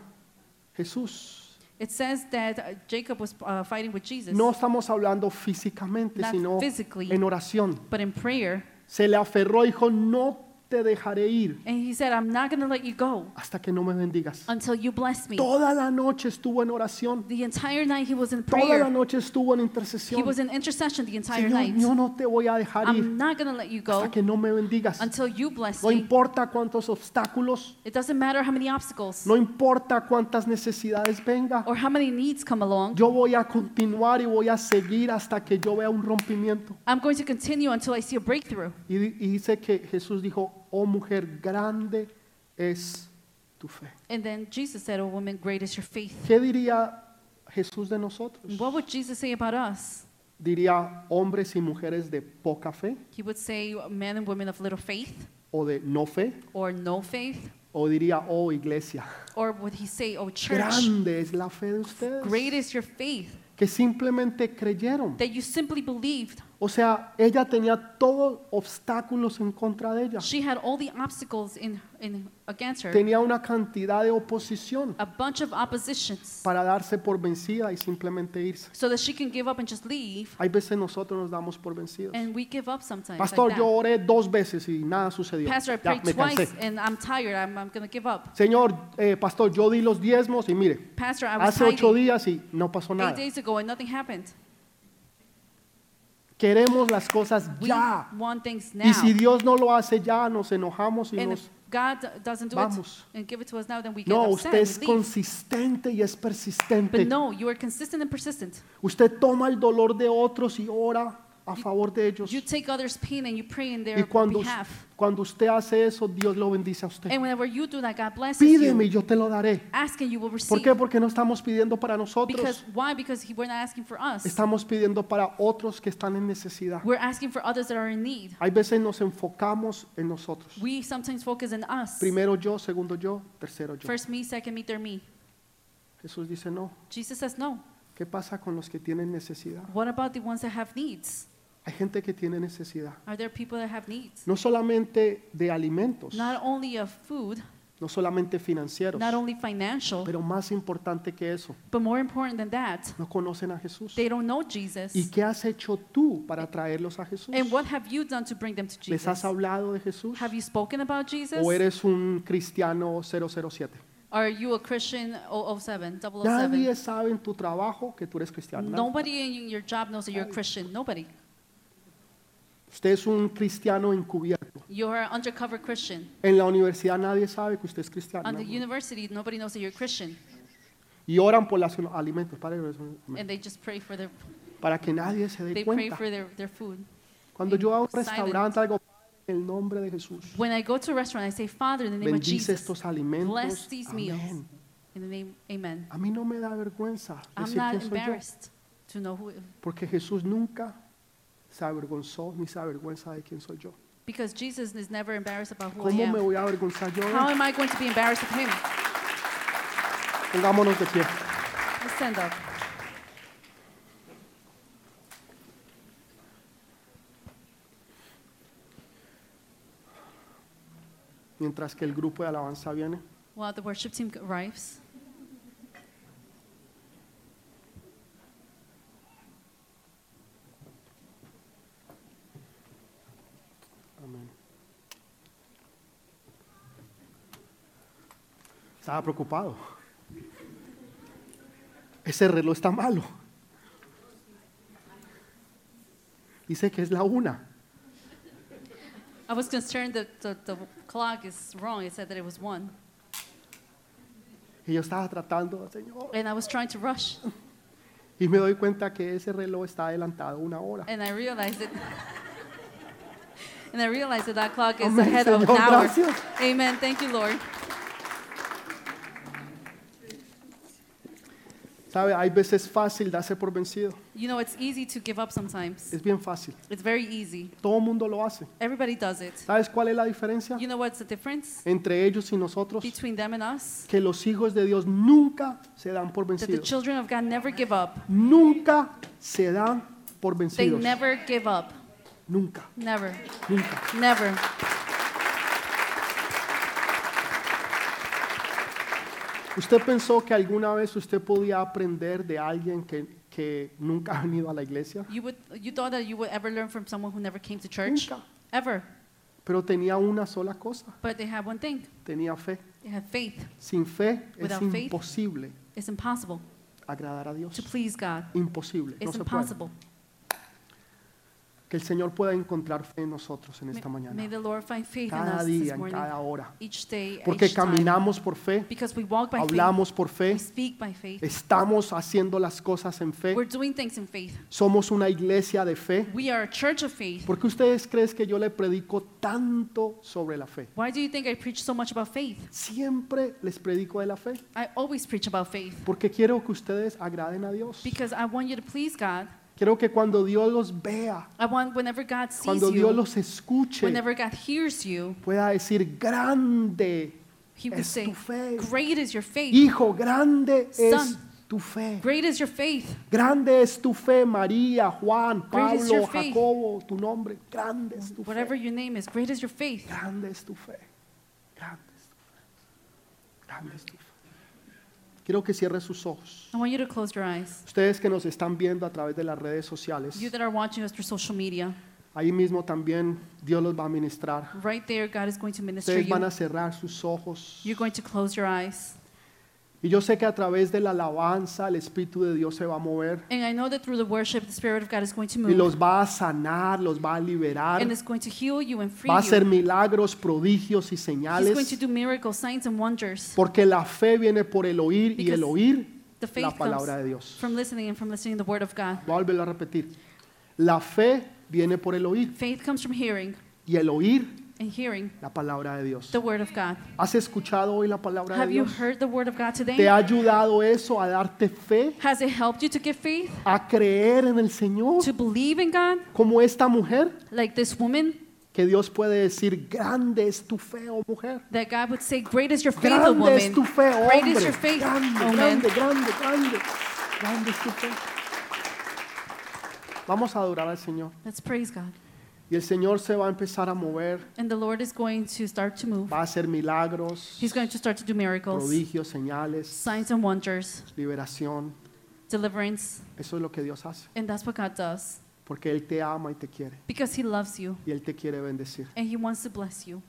A: Jesús.
B: It says that uh, Jacob was uh, fighting with Jesus,
A: No estamos hablando físicamente,
B: Not
A: sino
B: physically.
A: en oración.
B: but in prayer.
A: Se le aferró y dijo, no te dejaré ir
B: And he said, I'm not going to let you go
A: hasta que no me bendigas.
B: until you bless me.
A: Toda la noche estuvo en oración.
B: The entire night he was in
A: Toda la
B: prayer.
A: noche estuvo en
B: He
A: intercesión.
B: was in intercession the entire
A: Señor,
B: night.
A: yo no te voy a dejar ir
B: I'm not going to let you go
A: hasta que no me bendigas.
B: until you bless
A: No
B: me.
A: importa cuántos obstáculos,
B: It doesn't matter how many obstacles
A: no importa cuántas necesidades venga.
B: or how many needs come along.
A: Yo voy a continuar y voy a seguir hasta que yo vea un rompimiento.
B: I'm going to continue until I see a breakthrough.
A: Y, di- y dice que Jesús dijo, oh mujer, grande es tu fe.
B: And then Jesus said, Oh woman, great is your faith.
A: ¿Qué diría Jesús de nosotros?
B: What would Jesus say about us?
A: ¿Diría hombres y mujeres de poca fe
B: He would say, Men and women of little faith,
A: o de no fe?
B: or no faith.
A: ¿O diría, oh iglesia,
B: Or would he say, Oh church,
A: grande es la fe de ustedes?
B: great is your faith,
A: Que simplemente creyeron.
B: that you simply believed.
A: O sea, ella tenía todos obstáculos en contra de ella.
B: She had all the obstacles in, in against her,
A: Tenía una cantidad de oposición
B: a bunch of oppositions,
A: para darse por vencida y simplemente irse.
B: so that she can give up and just leave.
A: Hay veces nosotros nos damos por vencidos.
B: And we give up sometimes. like
A: Pastor,
B: that.
A: yo oré dos veces y nada sucedió.
B: Pastor, I
A: Ya,
B: prayed
A: me cansé.
B: twice and I'm tired. I'm, I'm going to give up.
A: Señor, eh, pastor, yo di los diezmos y mire,
B: Pastor, I was
A: hace ocho
B: tithing
A: días y no pasó
B: eight
A: nada.
B: days ago and nothing happened.
A: Queremos las cosas
B: We
A: ya.
B: want things now.
A: Y si Dios no lo hace ya, nos enojamos y
B: and if
A: nos...
B: God doesn't do
A: Vamos.
B: it and give it to us now, then we get
A: No,
B: upset.
A: usted es
B: we leave.
A: consistente y es
B: But
A: persistente.
B: no, you are consistent and persistent.
A: Usted toma el dolor de otros y ora a favor de ellos.
B: You take others' pain and you pray in
A: Y
B: their
A: cuando,
B: behalf.
A: cuando usted hace eso, Dios lo bendice a usted.
B: And whenever you do that, God blesses
A: Pídeme y
B: you.
A: yo te lo daré.
B: Ask and you will receive.
A: ¿Por qué? Porque no estamos pidiendo para
B: Because
A: nosotros.
B: why? Because he, we're not asking for us.
A: Estamos pidiendo para otros que están en necesidad.
B: We're asking for others that are in need.
A: Hay veces nos enfocamos en nosotros.
B: We sometimes focus on us.
A: Primero yo, segundo yo, tercero yo.
B: First me, second me, third me.
A: Jesús dice, no,
B: Jesus says no.
A: ¿qué pasa con los que tienen necesidad?
B: What about the ones that have needs?
A: Hay gente que tiene necesidad.
B: Are there people that have needs?
A: No solamente de alimentos,
B: Not only of food,
A: no solamente financieros,
B: not only financial,
A: pero más importante que eso,
B: but more important than that,
A: no conocen a Jesús.
B: they don't know Jesus.
A: ¿Y qué has hecho tú para traerlos a Jesús?
B: And what have you done to bring them to
A: ¿Les has
B: Jesus?
A: hablado de Jesús?
B: Have you spoken about Jesus?
A: ¿O eres un cristiano 007?
B: Are you a Christian 007, 007?
A: Nadie sabe en tu trabajo que tú eres cristiano. Nadie.
B: Nobody in your job knows that you're a Christian. Nobody.
A: Usted es un cristiano encubierto.
B: You're an undercover Christian.
A: En la universidad nadie sabe que usted es cristiano.
B: On the university, nobody knows that you're a Christian.
A: Y oran por los alimentos para,
B: And they just pray for their,
A: para que nadie se
B: they
A: dé
B: pray
A: cuenta.
B: for their, their food.
A: Cuando yo a un
B: silent.
A: restaurante algo en el nombre de Jesús.
B: When I go to a restaurant, I say, Father, in the name of
A: Bendice
B: Jesus,
A: estos alimentos.
B: bless these meals.
A: Amén.
B: In the name, amen.
A: A mí no me da vergüenza
B: I'm
A: decir
B: not
A: quién soy yo.
B: embarrassed to know who,
A: Porque Jesús nunca se avergonzó ni se avergüenza de quién soy yo.
B: because Jesus is never embarrassed about who I
A: ¿Cómo me
B: am.
A: voy a avergonzar yo? de
B: Oh, How
A: él?
B: am I going to be embarrassed of him?
A: Pongámonos de pie.
B: Let's stand up.
A: Mientras que el grupo de alabanza viene.
B: While the worship team arrives,
A: Amén. estaba preocupado. Ese reloj está malo. Dice que es la una.
B: I was concerned that the, the clock is wrong. It said that it was one.
A: Y yo estaba tratando, Señor.
B: And I was trying to rush.
A: Y me doy cuenta que ese reloj está adelantado una hora.
B: And I realized it. <laughs> And I realized that that clock is
A: Amén,
B: ahead of an
A: Señor,
B: hour.
A: gracias.
B: Amen. Thank you, Lord.
A: ¿Sabe? Hay veces fácil darse por vencido.
B: You know, it's easy to give up sometimes.
A: Es bien fácil.
B: It's very easy.
A: Todo el mundo lo hace.
B: Everybody does it.
A: ¿Sabes cuál es la diferencia
B: You know what's the difference
A: entre ellos y nosotros?
B: between them and us?
A: Que los hijos de Dios nunca se dan por
B: That the
A: vencidos.
B: children of God never give up.
A: Nunca se dan por
B: They
A: vencidos.
B: never give up.
A: Nunca,
B: Never.
A: nunca.
B: Never.
A: ¿Usted pensó que alguna vez usted podía aprender de alguien que, que nunca ha venido a la iglesia?
B: You would you thought that you would ever learn from someone who never came to church?
A: Nunca.
B: Ever.
A: Pero tenía una sola cosa,
B: But they have one thing.
A: tenía fe.
B: They have faith.
A: Sin fe es
B: Without faith.
A: imposible
B: It's impossible
A: agradar a
B: to
A: Dios.
B: please God.
A: Imposible, no
B: It's
A: se puede.
B: impossible.
A: Que el Señor pueda encontrar fe en nosotros en
B: May,
A: esta
B: may
A: mañana.
B: the Lord find faith in
A: Cada
B: us
A: día,
B: this
A: en
B: morning.
A: cada hora.
B: Each day,
A: Porque
B: each time.
A: caminamos por fe,
B: Because we walk by faith.
A: hablamos por
B: We
A: fe,
B: speak by faith.
A: estamos haciendo las cosas en fe,
B: Pues We're doing things in faith.
A: somos una iglesia de fe.
B: We are a church of faith.
A: ¿Por qué ustedes creen que yo le predico tanto sobre la fe?
B: Why do you think I preach so much about faith?
A: Siempre les predico de la fe,
B: I always preach about faith
A: porque quiero que ustedes agraden a Dios.
B: because I want you to please God.
A: Quiero que cuando Dios los vea,
B: I want whenever God sees
A: cuando Dios
B: you,
A: los escuche,
B: whenever God hears you,
A: pueda decir, grande
B: He will
A: es
B: say,
A: tu fe.
B: Great is your faith.
A: Hijo, grande es tu fe.
B: Great is your faith.
A: Grande es tu fe, María, Juan,
B: Great is
A: Pablo,
B: your faith.
A: Jacobo, tu nombre. Grande es tu
B: Whatever
A: fe.
B: your name is, great is your faith.
A: Grande es tu fe. Grande es tu fe. Grande es tu fe. Quiero que cierre sus ojos.
B: I want you to close your eyes.
A: Ustedes que nos están viendo a través de las redes sociales,
B: You that are watching us through social media,
A: ahí mismo también Dios los va a ministrar.
B: right there, God is going to minister
A: Ustedes van
B: you.
A: a cerrar sus ojos.
B: You're going to close your eyes.
A: Y yo sé que a través de la alabanza el Espíritu de Dios se va a mover
B: And I know that through the worship, the Spirit of God is going to
A: y
B: move
A: los va a sanar, los va a liberar,
B: and is going to heal you and free
A: va a hacer
B: you.
A: milagros, prodigios y
B: He's going to
A: señales.
B: do miracles, signs, and wonders.
A: Porque la fe viene por el oír y el
B: Because
A: oír
B: The
A: la
B: faith
A: palabra de
B: comes
A: Dios.
B: from listening and from listening the Word of God.
A: Voy a volverlo a repetir. La fe viene por el oír
B: Faith comes from hearing
A: y el oír
B: and hearing
A: la palabra de Dios.
B: the Word of God.
A: ¿Has escuchado hoy la palabra de
B: Have you
A: Dios?
B: heard the Word of God
A: ¿Te
B: today?
A: ha ayudado eso a darte fe,
B: Has it helped you to give faith,
A: a creer en el Señor?
B: to believe in God,
A: Como esta mujer
B: like this woman?
A: que Dios puede decir, grande es tu fe, oh mujer.
B: That God would say, Great is your faith, O
A: Grande es
B: woman.
A: tu fe, oh
B: Great is
A: hombre.
B: your faith, O
A: Grande,
B: man.
A: grande, grande, grande. Grande es tu fe. Vamos a adorar al Señor.
B: Let's praise God.
A: Y el Señor se va a empezar a mover,
B: And the Lord is going to start to move.
A: va a hacer milagros,
B: He's going to start to do miracles,
A: prodigios, señales,
B: signs, and wonders,
A: liberación.
B: deliverance.
A: Eso es lo que Dios hace,
B: And that's what God does
A: porque Él te ama y te quiere,
B: because He loves you
A: y Él te quiere bendecir.
B: and He wants to bless you.